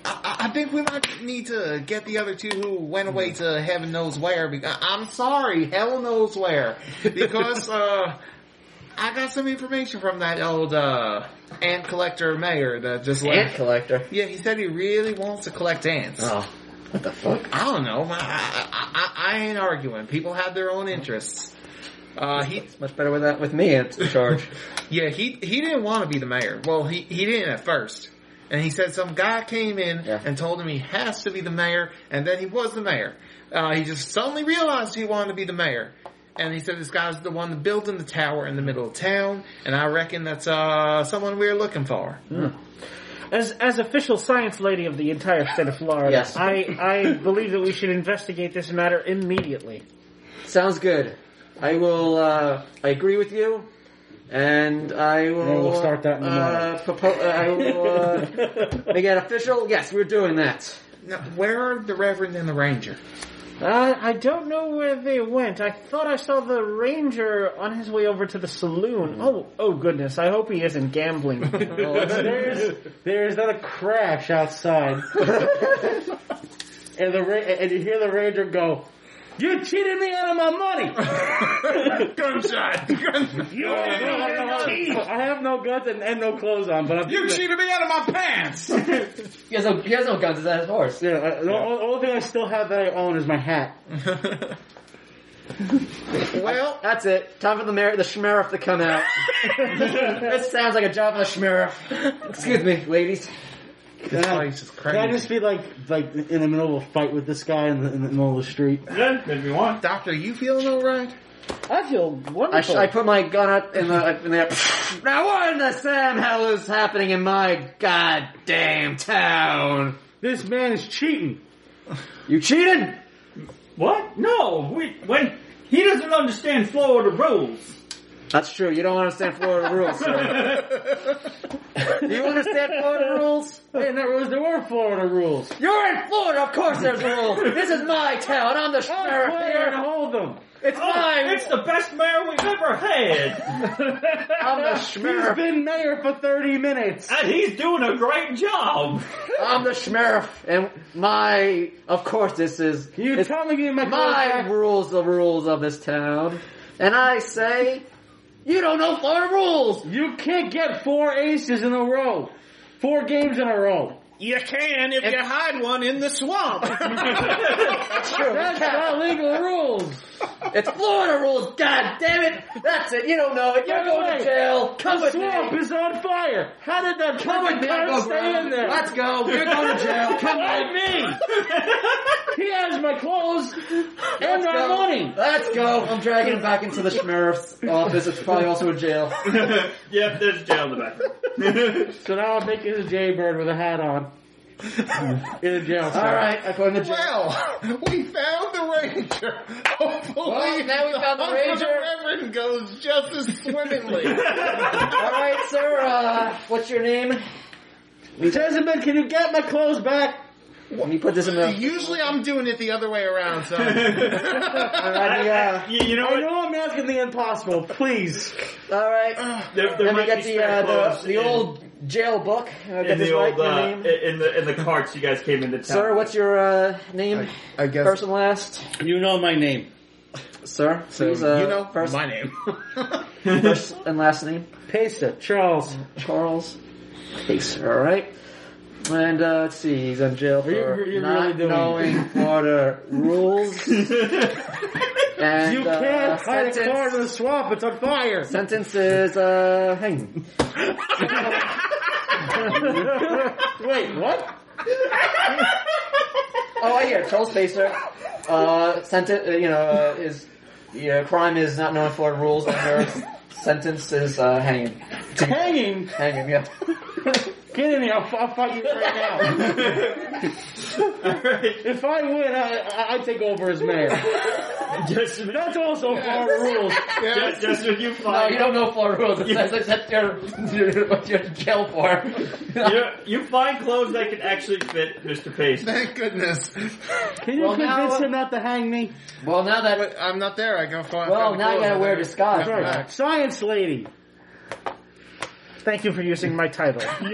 I, I I think we might need to get the other two who went away to heaven knows where. Because, I'm sorry, hell knows where,
<laughs>
because uh, I got some information from that old uh, ant collector mayor that just left.
Ant collector.
Yeah, he said he really wants to collect ants.
Oh, what the fuck?
I don't know. I, I, I, I ain't arguing. People have their own interests. Uh, he
It's much better with that with me at the charge.
Yeah, he he didn't want to be the mayor. Well, he he didn't at first, and he said some guy came in
Yeah.
and told him he has to be the mayor, and then he was the mayor. Uh, he just suddenly realized he wanted to be the mayor, and he said this guy's the one that built him the tower in the middle of town, and I reckon that's uh someone we're looking for.
As as official science lady of the entire state of Florida,
Yes.
I, I believe that we should investigate this matter immediately.
<laughs> Sounds good. I will. Uh, I agree with you, and I will.
Yeah, we'll start that in the
uh, propo- uh, I <laughs> will uh, make it official. Yes, we're doing that.
Now, where are the Reverend and the Ranger?
Uh, I don't know where they went. I thought I saw the ranger on his way over to the
Mm-hmm.
saloon. Oh, oh goodness! I hope he isn't
<laughs>
gambling.
There's there is not a crash outside, and the ra- and you hear the ranger go, "You cheated me out of my money."
Gunshot!
You I have no guns and, and no clothes on, but I'm
You cheated me out of my pants!
He has no, he has no guns. Is that his horse?
Yeah, I- uh, the o- only thing I still have that I own is my hat.
well,
That's it. Time for the mayor, the sheriff to come <laughs> out. this sounds like a job for the sheriff. Excuse me, ladies.
this place is
Can I just
crazy.
be like, like in the middle of a fight with this guy in the, in the middle of the street?
Yeah, if you want.
Doctor, you feeling all right?
I feel
I, sh-
wonderful.
I put my gun up in the in <laughs> the. Now what in the Sam hell is happening in my goddamn town?
This man is cheating.
You cheated?
What? No, we, when he doesn't understand Florida rules.
That's true. You don't understand Florida rules. sir. Do you understand Florida rules?
And there was there were Florida rules.
You're in Florida. Of course, there's rules. This is my town. I'm the sheriff
Player and
here.
hold them.
It's
Oh,
my.
it's the best mayor we've ever had,
I'm the
He's
sheriff.
been mayor for thirty minutes.
and he's doing a great job.
I'm the sheriff, and my. Of course, this is.
You
it's
tell me give me my clothes
my
back.
rules. The rules of this town, and I say, you don't know Florida rules.
You can't get four aces in a row, four games in a row.
You can if you hide one in the
<laughs>
swamp! <laughs>
That's true.
That's not legal rules.
It's Florida rules. God damn it. That's it. You don't know it. You're
By the
going
way,
to jail. Come with me.
Swamp is Oh, on fire. How did that
Come with
fucking
me. I'll
guy
go
stay
grab
in
it.
there?
Let's go. You're going to jail.
<laughs>
Come
Not
with me.
me. he has my clothes and
Let's
my
go.
money.
Let's go. I'm dragging him back into the sheriff's office. It's probably also a
<laughs>
jail.
<laughs> yep, there's jail in the back.
So now I'm making a jaybird with a hat on in a jail cell.
All right. I put him in the jail.
Well, we found the ranger. <laughs> Oh, Hopefully,
Well, now we
the
found the
hunt for
ranger.
reverend goes just as swimmingly.
<laughs> All right, sir. Uh, what's your name?
Gentlemen, can you get my clothes back?
Let me put this in the.
Usually, I'm doing it the other way around.
<laughs>
So, all
All right. Yeah.
you, you know
I
what?
know I'm asking the
<laughs>
impossible. Please.
All right.
There, there
Let me
might
get
be
the
spare
uh,
clothes
the, the
in-
old jail book. I'll
in,
get this
the
right.
old
Your
uh,
name.
in the in the carts you guys came into town.
Sir, what's your uh, name?
I guess
First and last.
You know my name.
Sir,
so
please. Uh,
you know
first,
my name. <laughs>
first and last name.
Pesa, Charles.
Charles Pacer, alright? And uh, let's see, he's in jail for
You're- you're really
not
doing-
knowing
<laughs>
Florida rules. and,
you
uh,
can't hide a
sentence,
car in the swamp. It's on fire.
Sentence is uh, hanging.
<laughs> Wait,
<laughs>
what?
Oh, I hear Charles Pacer. Uh, sentence, uh, you know, uh, is yeah, crime is not knowing Florida <laughs> rules. And her sentence is uh, hanging.
Hanging.
Hanging, yeah.
Get in here. I'll, I'll fight you right now. If I win, I, I, I take over as mayor.
Just,
That's also Florida rules.
<laughs> just, just when you
No,
find
you don't know floor rules. It says except your <laughs> what you're in jail for. <laughs>
you, you find clothes that can actually fit Mr. Pace.
Thank goodness.
Can you
Well, now- uh,
convince him not to hang me?
well, now that
But I'm not there. I go find.
Well,
find the
now you
clothes.
gotta wear
I-
disguise,
Yeah,
right.
back.
Science lady.
Thank you for using my title.
uh,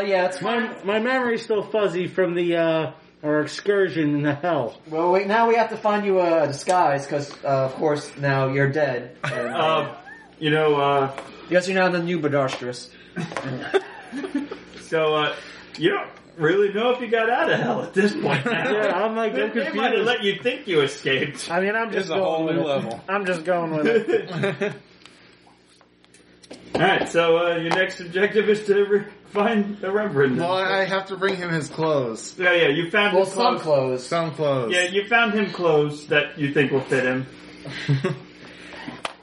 yeah, it's
My my memory's still fuzzy from the uh, our excursion in the hell.
Well, wait. Now we have to find you a disguise because, uh, of course, now you're dead. And,
Um, you know, uh,
<laughs> yes, you're now the new Badarstress.
So uh, you don't really know if you got out of hell at this point.
Yeah, I'm like,
they,
I'm
they might have
confused.
let you think you
<laughs>
escaped.
I mean, I'm
It's a
just going
whole
with
new
it.
level.
I'm just going
<laughs>
with it.
All right, so uh, your next objective is to re- find the Reverend.
<laughs> Well, I have to bring him his clothes.
yeah, yeah, you found
Well,
him
some
clothes.
clothes.
Some clothes.
Yeah, you found him clothes that you think will fit him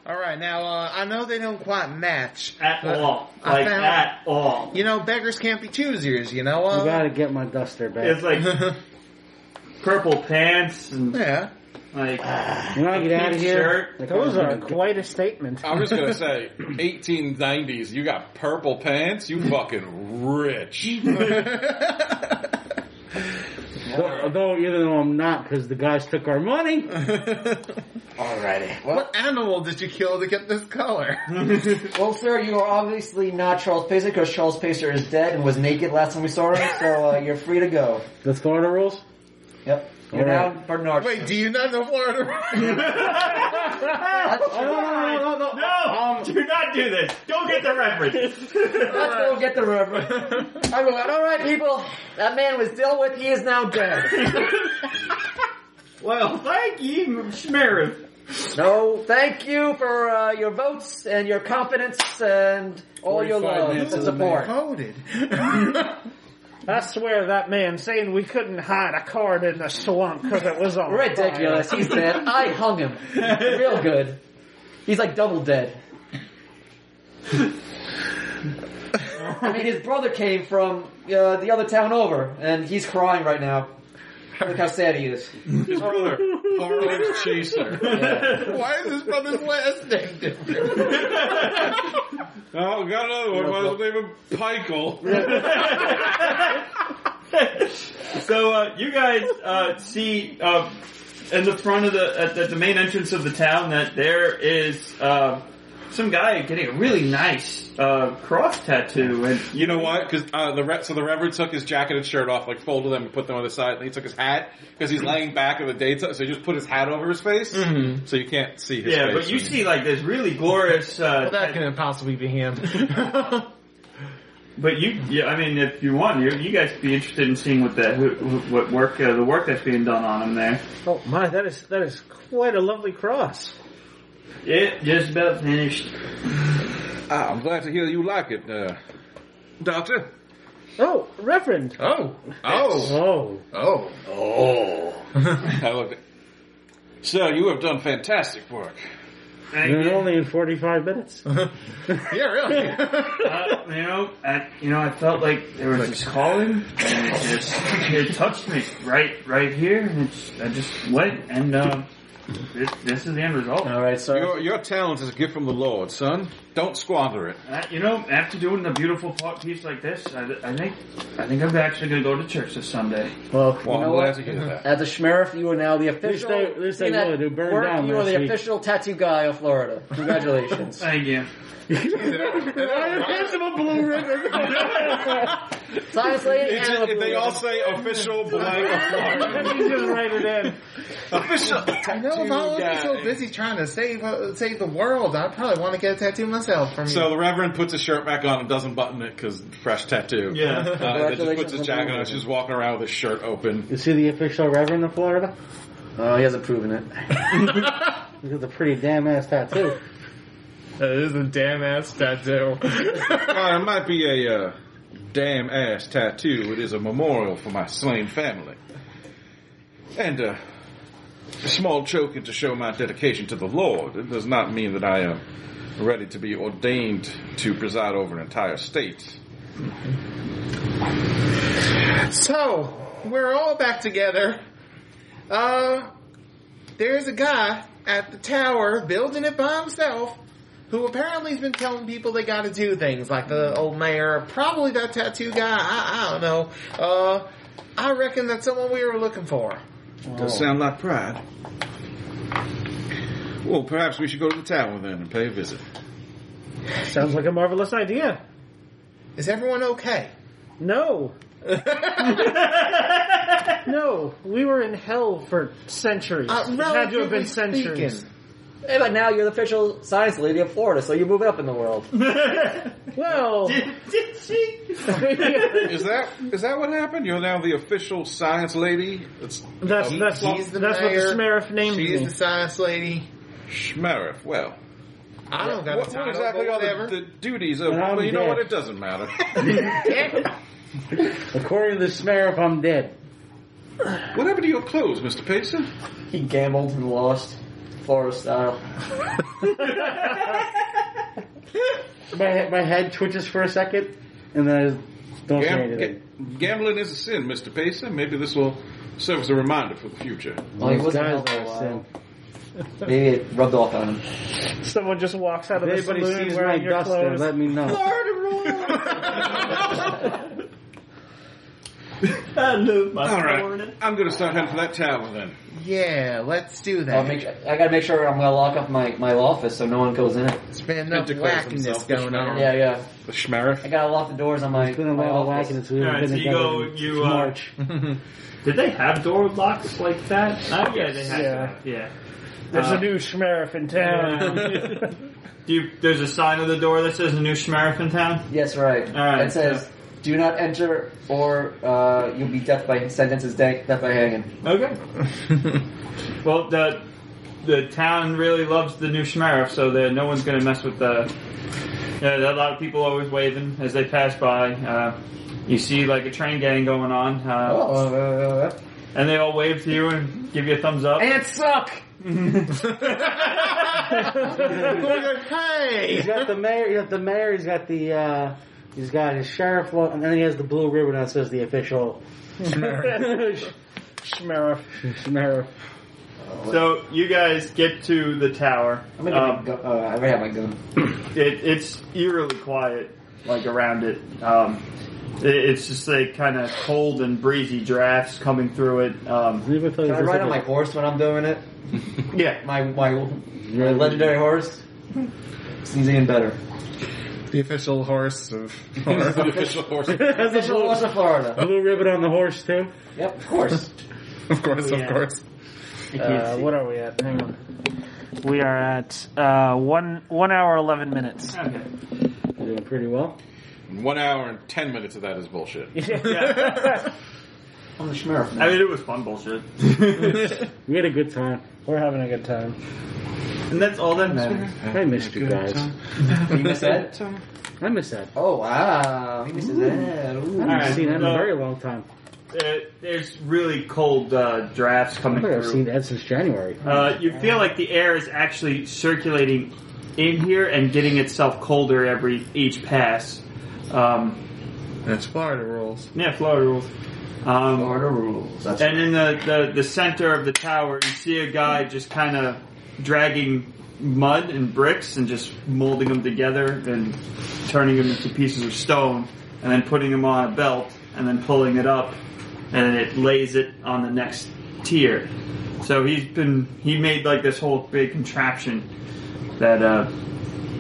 All right. Now uh, I know they don't quite match.
at
but
all,
I
like
found-
at all.
You know, beggars can't be choosers. You know.
I
Uh,
gotta get my duster back.
It's like
<laughs>
purple pants and
yeah.
like
When I get out of here,
shirt.
like,
Those
I'm
are
gonna-
quite a statement.
I'm just gonna say, 1890s. You got purple pants. You fucking rich.
Though, though even though I'm not, because the guys took our money.
Alrighty.
<laughs>
Well,
What animal did you kill to get this
<laughs>
color?
well, sir, you are obviously not Charles Pacer because Charles Pacer is dead and was naked last time we saw him. So uh, you're free to go.
The Florida rules.
Yep. You're
All
now
right.
Bernard. <laughs>
Wait, do you not know
<laughs>
Florida?
Let's,
Oh, no, no, no, no, no.
No,
Um,
do not do this. Don't get the Reverend.
let's go get the reverend. I go, all right, people. That man was dealt with. He is now <laughs> dead.
well, thank you, Schmerith.
No, thank you for uh, your votes and your confidence and all your
45
love and
minutes of the
support.
Coded.
I swear that man saying we couldn't hide a card in the swamp because it was on
Ridiculous. He's dead. I hung him. Real good. He's like double dead. I mean, his brother came from uh, the other town over, and he's crying right now. Look how sad he is.
His brother, Harlan Chaser.
Why is his brother's last name different?
Oh, got another one by the name of Pikel.
<laughs> so uh, you guys uh, see uh, in the front of the at the, the main entrance of the town that there is uh, some guy getting a really nice uh, cross tattoo, and
You know what? Because uh, the re- so the Reverend took his jacket and shirt off, like folded them and put them on the side. And he took his hat because he's laying back in the daytime, so he just put his hat over his face, so you can't see his
yeah,
face.
but you see like this really glorious. Uh,
Well, that couldn't possibly be him.
but you, yeah, I mean, if you want, you, you guys be interested in seeing what that who- who- what work uh, the work that's being done on him there.
<laughs> Oh my, that is that is quite a lovely cross.
It just about finished.
Ah, I'm glad to hear you like it, uh, Doctor.
Oh, Reverend.
oh. Oh.
Oh,
Oh.
Oh. <laughs> I looked. At, so you have done fantastic work.
Thank
And
you.
only in 45 minutes.
<laughs> Yeah, really.
Uh, you know, I, you know, I felt like there was this calling, and it just it touched me right, right here, and it's, I just went, and uh, this, this is the end result.
All right,
<laughs>
sir.
Your, your talent is a gift from the Lord, son. Don't squander it.
Uh, you know, after doing a beautiful part piece like this, I, I think, I think I'm actually gonna go to church this Sunday.
Well,
Well,
you know
I'm glad
what?
to hear that.
As a sheriff, you are now the official.
they- at least they
in that
would, who burned
work,
down
You are
last
the
week.
official tattoo guy of <laughs> Florida. Congratulations.
Thank you.
Science
<laughs>
lady
It's
and
just- if they
Labubu.
all say official blank
<laughs>
of
you just write it in.
official.
I know if I wasn't so busy trying to save uh, save the world, I'd probably want to get a tattoo myself from you.
So the Reverend puts his shirt back on and doesn't button it because fresh tattoo.
Yeah.
Uh, then just puts his
Congratulations
jacket
on
on.
the
She's just walking around with his shirt open.
You see the official reverend of Florida?
Oh, he hasn't proven it.
Look at the pretty damn ass tattoo.
that is a damn ass tattoo.
Uh, it might be a uh, damn ass tattoo. It is a memorial for my slain family, and uh, a small token to show my dedication to the Lord. It does not mean that I am ready to be ordained to preside over an entire state.
<laughs> So, we're all back together. Uh, there's a guy at the tower building it by himself who apparently has been telling people they gotta do things, like the old mayor, probably that tattoo guy, I, I don't know. Uh, I reckon that's someone we were looking for.
Does sound like pride. Well, perhaps we should go to the tower then and pay a visit.
Sounds like a marvelous idea.
Is everyone okay? <laughs>
No. no, we were in hell for centuries.
Uh,
it had to have
relatively
been
speaking.
centuries.
Hey, but now you're the official science lady of Florida, so you move up in the world.
<laughs> Well,
Did
<laughs>
she?
Is that is that what happened? You're now the official science lady. It's
that's
He-
that's, what,
he's the
that's what the
mayor,
Smerif named
She's
me.
the science lady.
Shmerif. Well,
I don't
what,
got a
what
title,
exactly
but
are
whatever.
the, the duties of?
And I'm
Well, you know
dead.
what? It doesn't matter.
According to the Smerif, I'm dead.
what happened to your clothes, Mister Payson?
<laughs> he gambled and lost, Florida style.
My, he- my head twitches for a second, and then I just don't say
Gam-
anything.
ga- gambling is a sin, Mister Payson. Maybe this will serve as a reminder for the future.
Well, he
Those
wasn't
guys
out for a
are
while.
sin.
Maybe it rubbed off on him.
Someone just walks out of
If
the
anybody
saloon
sees my
wearing your
duster,
clothes.
let me know.
I love my
All right,
Florida.
I'm going to start heading for that tower
<laughs>
then.
yeah, let's do
I'll
that.
make, I gotta make sure I'm gonna lock up my, my office so no one goes in it.
It's been enough
declares
wackiness
himself
going
<laughs>
on. <laughs>
Yeah, yeah.
The Shmerif.
I gotta lock the doors on my,
It's been a
my
lot of
office.
wackiness. We've
All right,
been
so you
together
go-
since
you, uh,
March.
<laughs> Did they have door locks like that? Oh, yeah, they had.
Yeah.
that, Yeah.
There's
Uh,
a new Smerif in town.
Yeah. <laughs> Do you, there's a sign on the door that says a new sheriff in town.
Yes, right.
All right,
It says,
so-
"Do not enter, or uh, you'll be death by sentence is death, death by hanging." <laughs>
Okay. well, the the town really loves the new sheriff, so that no one's going to mess with the. Yeah, there are a lot of people always waving as they pass by. Uh, you see like a train gang going on, uh,
Oh, uh,
and they all wave to you and give you a thumbs up.
ants suck.
He's
hey!
got the mayor. He's got the mayor. He's got the. Uh, he's got his sheriff, lo- and then he has the blue ribbon that says the official
Smerif.
sheriff.
So you guys get to the tower.
I'm gonna
Um,
get my gu- uh, I already have my gun.
it, it's eerily quiet, like around it. Um, it it's just like kind of cold and breezy drafts coming through it. Um,
Can I ride on my horse when I'm doing it?
yeah,
My my, my legendary horse. Seems even better.
The official horse of
That's the official horse.
Has the
Official
blue,
horse of Florida.
blue ribbon on the horse too.
Yep, of course.
Of course,
Yeah.
of course.
Uh, what are we at? Hang on. We are at uh, one one hour eleven <laughs> minutes.
okay.
You're doing pretty well.
One hour and ten minutes of that is bullshit.
Yeah.
I'm the sheriff.
I mean, it was fun
<laughs>
bullshit,
We had a good time.
We're having a good time.
and that's all that matters.
I missed you guys.
You miss that?
I miss that.
<laughs> Oh wow, he misses that. Ooh.
I haven't
Alright,
seen that in a
well-
very long time.
It, there's really cold uh, drafts
I
coming
think I've seen
through.
that since January.
Uh, you feel like the air is actually circulating in here and getting itself colder every each pass. Um,
That's Florida rules.
yeah, Florida rules. Um,
Florida rules. That's
And in the, the, the center of the tower, you see a guy just kind of dragging mud and bricks and just molding them together and turning them into pieces of stone and then putting them on a belt and then pulling it up and it lays it on the next tier. So he's been, he made like this whole big contraption that, uh,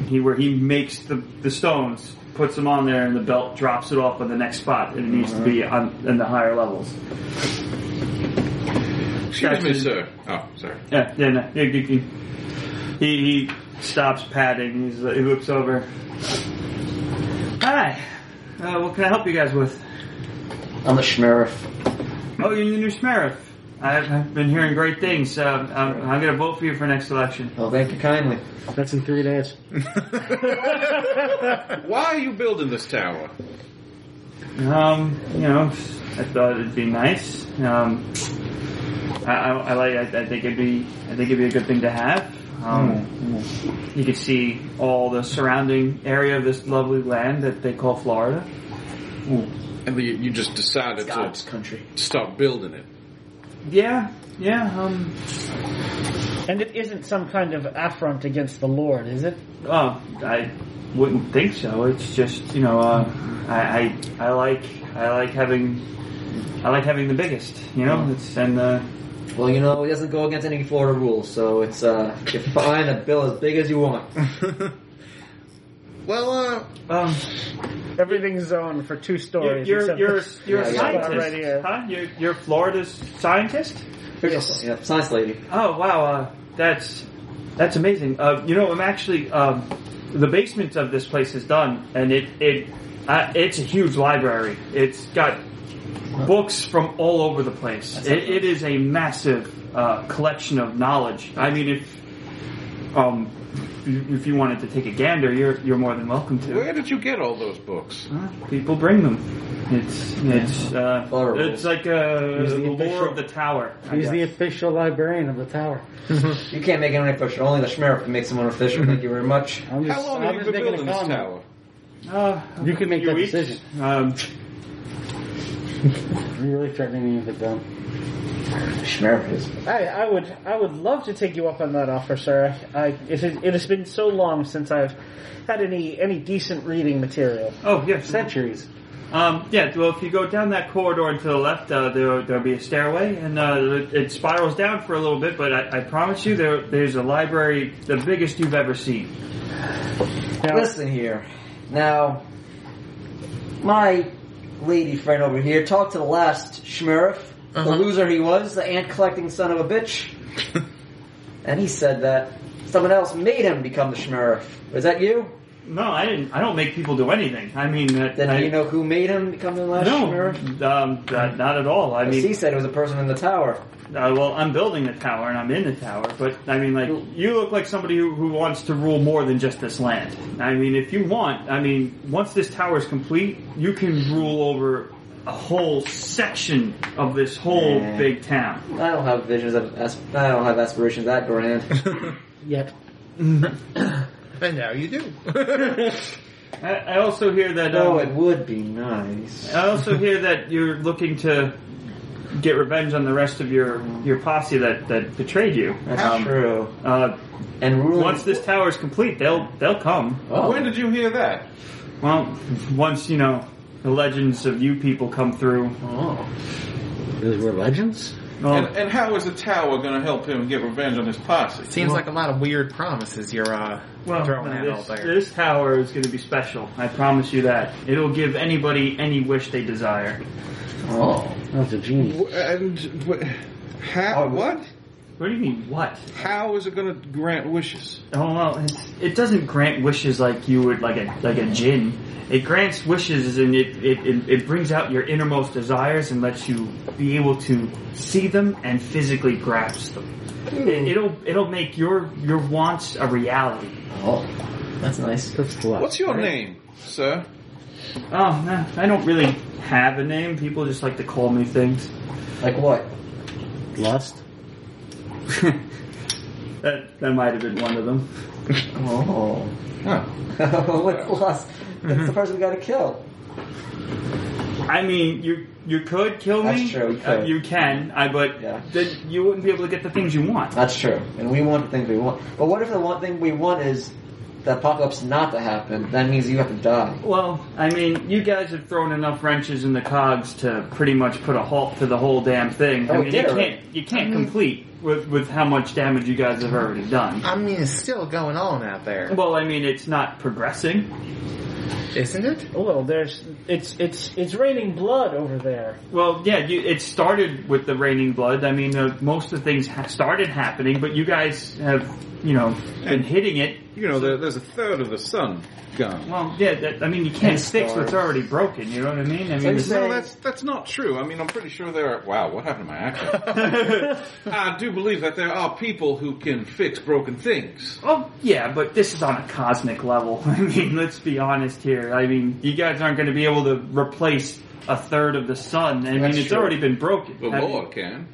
he, where he makes the, the stones, puts them on there and the belt drops it off on the next spot and it needs to be on, in the higher levels.
Excuse me, sir. Oh, sorry.
Yeah, yeah, no, yeah, he, he, he, he stops patting. He's, he looks over. Hi, uh, what can I help you guys with?
I'm the sheriff.
Oh, you're the new sheriff. I've, I've been hearing great things. Uh, I'm, I'm going to vote for you for next election.
Oh, thank you kindly.
That's in three days.
Why are you building this tower?
Um, you know, I thought it'd be nice. Um, I, I, I like. I, I think it'd be. I think it'd be a good thing to have. Um, You can see all the surrounding area of this lovely land that they call Florida.
And you, you just decided
God's
to
country.
stop building it.
Yeah, yeah. Um,
And it isn't some kind of affront against the Lord, is it?
Uh, I wouldn't think so. It's just you know, uh, I, I I like I like having I like having the biggest. You know, it's and uh,
Well, you know, it doesn't go against any Florida rules, so it's uh, you can find a bill as big as you
<laughs>
want.
Well, uh,
um,
Everything's zoned for two
you're
stories.
you're
except-
you're, you're a
Yeah, yeah.
scientist,
Right here.
huh? You're you're Florida's scientist.
Yes. Yep, science lady.
Oh wow, uh, that's that's amazing. Uh, you know, I'm actually um, the basement of this place is done, and it it uh, it's a huge library. It's got books from all over the place. It, it is a massive uh, collection of knowledge. I mean, if um, if you wanted to take a gander, you're you're more than welcome to.
where did you get all those books?
Huh? People bring them. It's it's uh,
Horrible.
it's like uh,
He's
the
the
lore
official-
of the tower. I
He's the
guess.
official librarian of the tower.
You can't make anyone official. Only the sheriff can make someone
Mm-hmm.
official. Thank you very much.
I'm just,
How long
I'm
have you
just
been
making
building
a
this
comment.
tower?
Uh,
You can make
few
that
weeks.
decision.
Um,
You're really threatening me with it, though.
Sheriff is.
I, I would I would love to take you up on that offer, sir. I, it, has- it has been so long since I've had any any decent reading material.
oh yes,
Centuries.
Um, yeah, well, if you go down that corridor and to the left, uh, there, there'll be a stairway, and uh, it- it spirals down for a little bit, but I, I promise you there, there's a library the biggest you've ever seen.
Now,
Listen here. Now, my lady friend over here talked to the last sheriff, the
Uh-huh.
loser he was, the ant collecting son of a
<laughs>
bitch, and he said that someone else made him become the sheriff. Was that you?
No, I didn't. I don't make people do anything. I mean, that,
Then
I,
do you know who made him become the last
no,
sheriff?
um, that- not at all. I
Because he
mean,
said it was a person in the tower.
uh, well, I'm building the tower and I'm in the tower, but I mean, like, you look like somebody who, who wants to rule more than just this land. I mean, if you want, I mean, once this tower is complete, you can rule over a whole section of this whole
Yeah.
big town.
I don't have visions of. as- I don't have aspirations that grand.
<laughs>
yet
And now you do.
I, I also hear that.
No,
um,
it would be nice.
I also
<laughs>
hear that you're looking to get revenge on the rest of your your posse that that betrayed you.
That's
Um,
true.
Uh,
And ruling.
once this tower is complete, they'll they'll come.
Oh.
When did you hear that?
Well, once you know the legends of you people come through.
Oh.
Those were legends?
Well,
And, and how is a tower going to help him get revenge on his posse?
Seems like a lot of weird promises you're uh,
well,
throwing out all
this,
there.
this tower is going to be special. I promise you that. It'll give anybody any wish they desire.
Oh.
That's a genius.
W- And w-
Oh,
how? What?
What do you mean? What?
How is it going to grant wishes?
Oh well, it's, it doesn't grant wishes like you would like a like a djinn. It grants wishes and it, it, it, it brings out your innermost desires and lets you be able to see them and physically grasp them.
Hmm.
It, it'll it'll make your your wants a reality.
Oh. That's nice.
That's a lot.
What's your name, sir?
Oh no, I don't really have a name. People just like to call me
<laughs>
things.
Like what?
Lust?
That that might have been one of them.
Oh. <laughs> What's lost? That's the person we gotta kill.
I mean, you you could kill me.
That's true, you
Uh,
could.
you can. I but
Yeah.
then you wouldn't be able to get the things you want.
That's true. And we want the things we want. But what if the one thing we want is the apocalypse not to happen? That means you have to die.
Well, I mean, you guys have thrown enough wrenches in the cogs to pretty much put a halt to the whole damn thing. I
Oh,
mean,
yeah,
you
right.
can't you can't complete with with how much damage you guys have already done.
I mean, it's still going on out there,
Well, I mean, it's not progressing.
isn't it?
oh well, there's it's it's it's raining blood over there.
Well, yeah, you, it started with the raining blood. I mean, uh, most of the things ha- started happening, but you guys have, you know, been
And-
hitting it.
You know, there, there's a third of the sun gone.
Well, yeah, that, I mean, you can't
And
fix what's
stars.
already broken. You know what I mean? I
So
mean,
you
it's-
say-
No, that's that's not true. I mean, I'm pretty sure there are. Wow, what happened to my accent?
<laughs>
I do believe that there are people who can fix broken things.
Oh yeah, but this is on a cosmic level. <laughs> I mean, let's be honest here. I mean, you guys aren't going to be able to replace a third of the sun. I mean,
That's
it's
true.
already been broken.
But
I mean,
<laughs>
Lord can.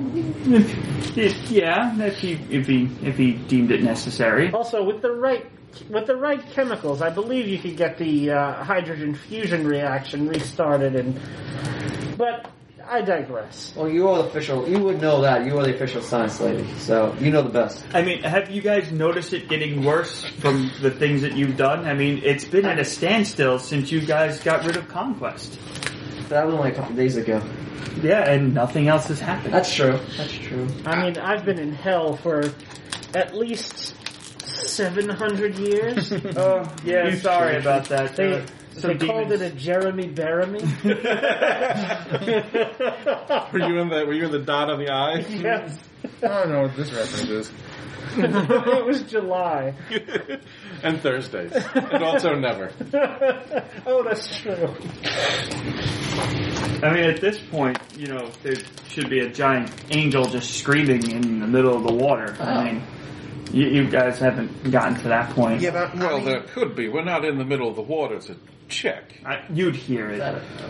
<laughs> If, if, yeah, if he if he if he deemed it
Oh,
necessary.
Also, with the right with the right chemicals, I believe you could get the uh, hydrogen fusion reaction restarted. And but I digress.
Well, you are the official. You would know that. You are the official science lady, so you know the best.
I mean, have you guys noticed it getting worse from the things that you've done? I mean, it's been at a standstill since you guys got rid of Conquest.
That was only a couple days ago.
Yeah, and nothing else has happened.
That's true. That's true.
I mean, I've been in hell for at least seven hundred years.
<laughs> oh, yeah, sorry about that.
They,
Uh,
they
some
called it
demons.
a Jeremy Beremy. <laughs>
Were you in the Were you in the dot on the eye?
yes, <laughs>
I don't know what this reference is.
it was July.
<laughs>
<laughs>
and Thursdays, and also never.
oh, that's true.
I mean, at this point, you know, there should be a giant angel just screaming in the middle of the water. I mean, you, you guys haven't gotten to that point.
Yeah, but
Well,
well,
there could be. We're not in the middle of the water to check.
I, you'd hear it.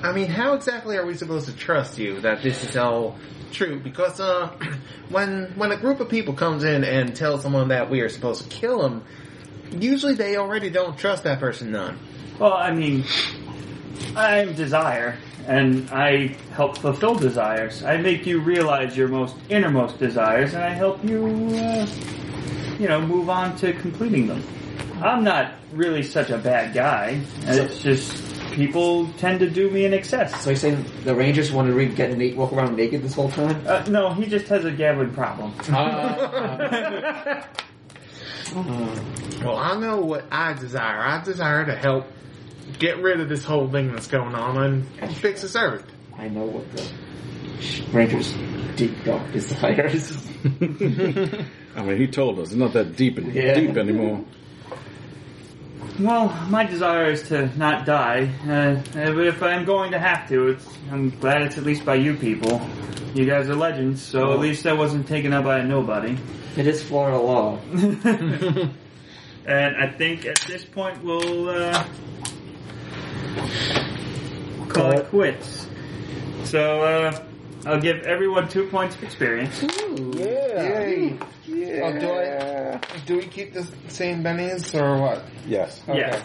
I mean, how exactly are we supposed to trust you that this is all true? Because uh, <clears throat> when when a group of people comes in and tells someone that we are supposed to kill them, usually they already don't trust that person none.
Well, I mean, I'm desire, and I help fulfill desires. I make you realize your most innermost desires, and I help you, uh, you know, move on to completing them. I'm not really such a bad guy. It's just people tend to do me in excess.
So you're saying the Rangers wanted to get na- walk around naked this whole time?
Uh, no, he just has a gambling problem.
<laughs>
uh,
Well, I know what I desire. I desire to help get rid of this whole thing that's going on and fix this earth.
I know what the Rangers deep dark desires.
<laughs> I mean, he told us it's not that deep and
Yeah.
deep anymore.
well, my desire is to not die, uh, but if I'm going to have to, it's, I'm glad it's at least by you people. You guys are legends, so at least I wasn't taken up by a <laughs> nobody.
it is Florida law.
and I think at this point we'll uh, call it quits. So uh, I'll give everyone two points of experience.
Oh, do I? Do we keep the same bennies or what?
Yes.
Yeah.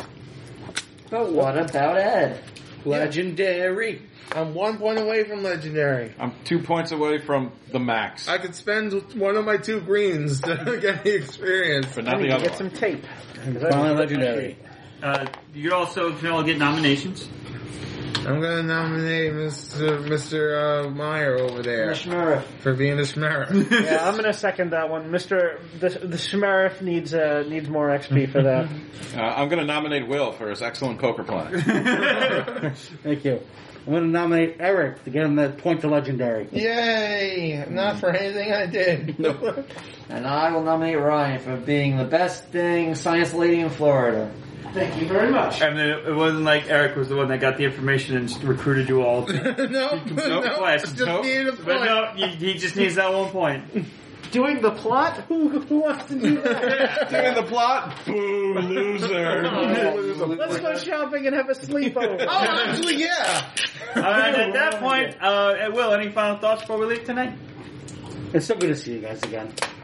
But what about Ed?
Legendary. I'm one point away from legendary.
I'm two points away from the max,
I could spend one of my two greens <laughs> to get the experience.
but
I
not
need
the
to
other
get
one.
some tape.
Finally legendary.
Uh, you also can all get nominations.
I'm gonna nominate Mr. Mr. Uh, Meyer over there
Commissioner,
for being a schmarrer.
<laughs>
Yeah, I'm going to second that one, Mister. The the sheriff needs uh, needs more XP for that.
Uh, I'm going to nominate Will for his excellent poker playing.
Thank you. I'm going to nominate Eric to get him that point to legendary.
Yay! Not for anything I <laughs> did.
<laughs>
and I will nominate Ryan for being the best thing science lady in Florida.
Thank you very much.
I mean, it wasn't like Eric was the one that got the information and recruited you all.
no, no,
<laughs> quest,
just
nope.
needed a
But
point.
no, he, he just needs that one
<laughs>
point.
<laughs> Doing the plot? Who, who wants to do that?
Doing the plot? Boo, loser.
<laughs> Let's go shopping and have a sleepover.
Oh, actually, yeah.
All right, at that point, uh, Will, any final thoughts before we leave tonight?
It's so good to see you guys again.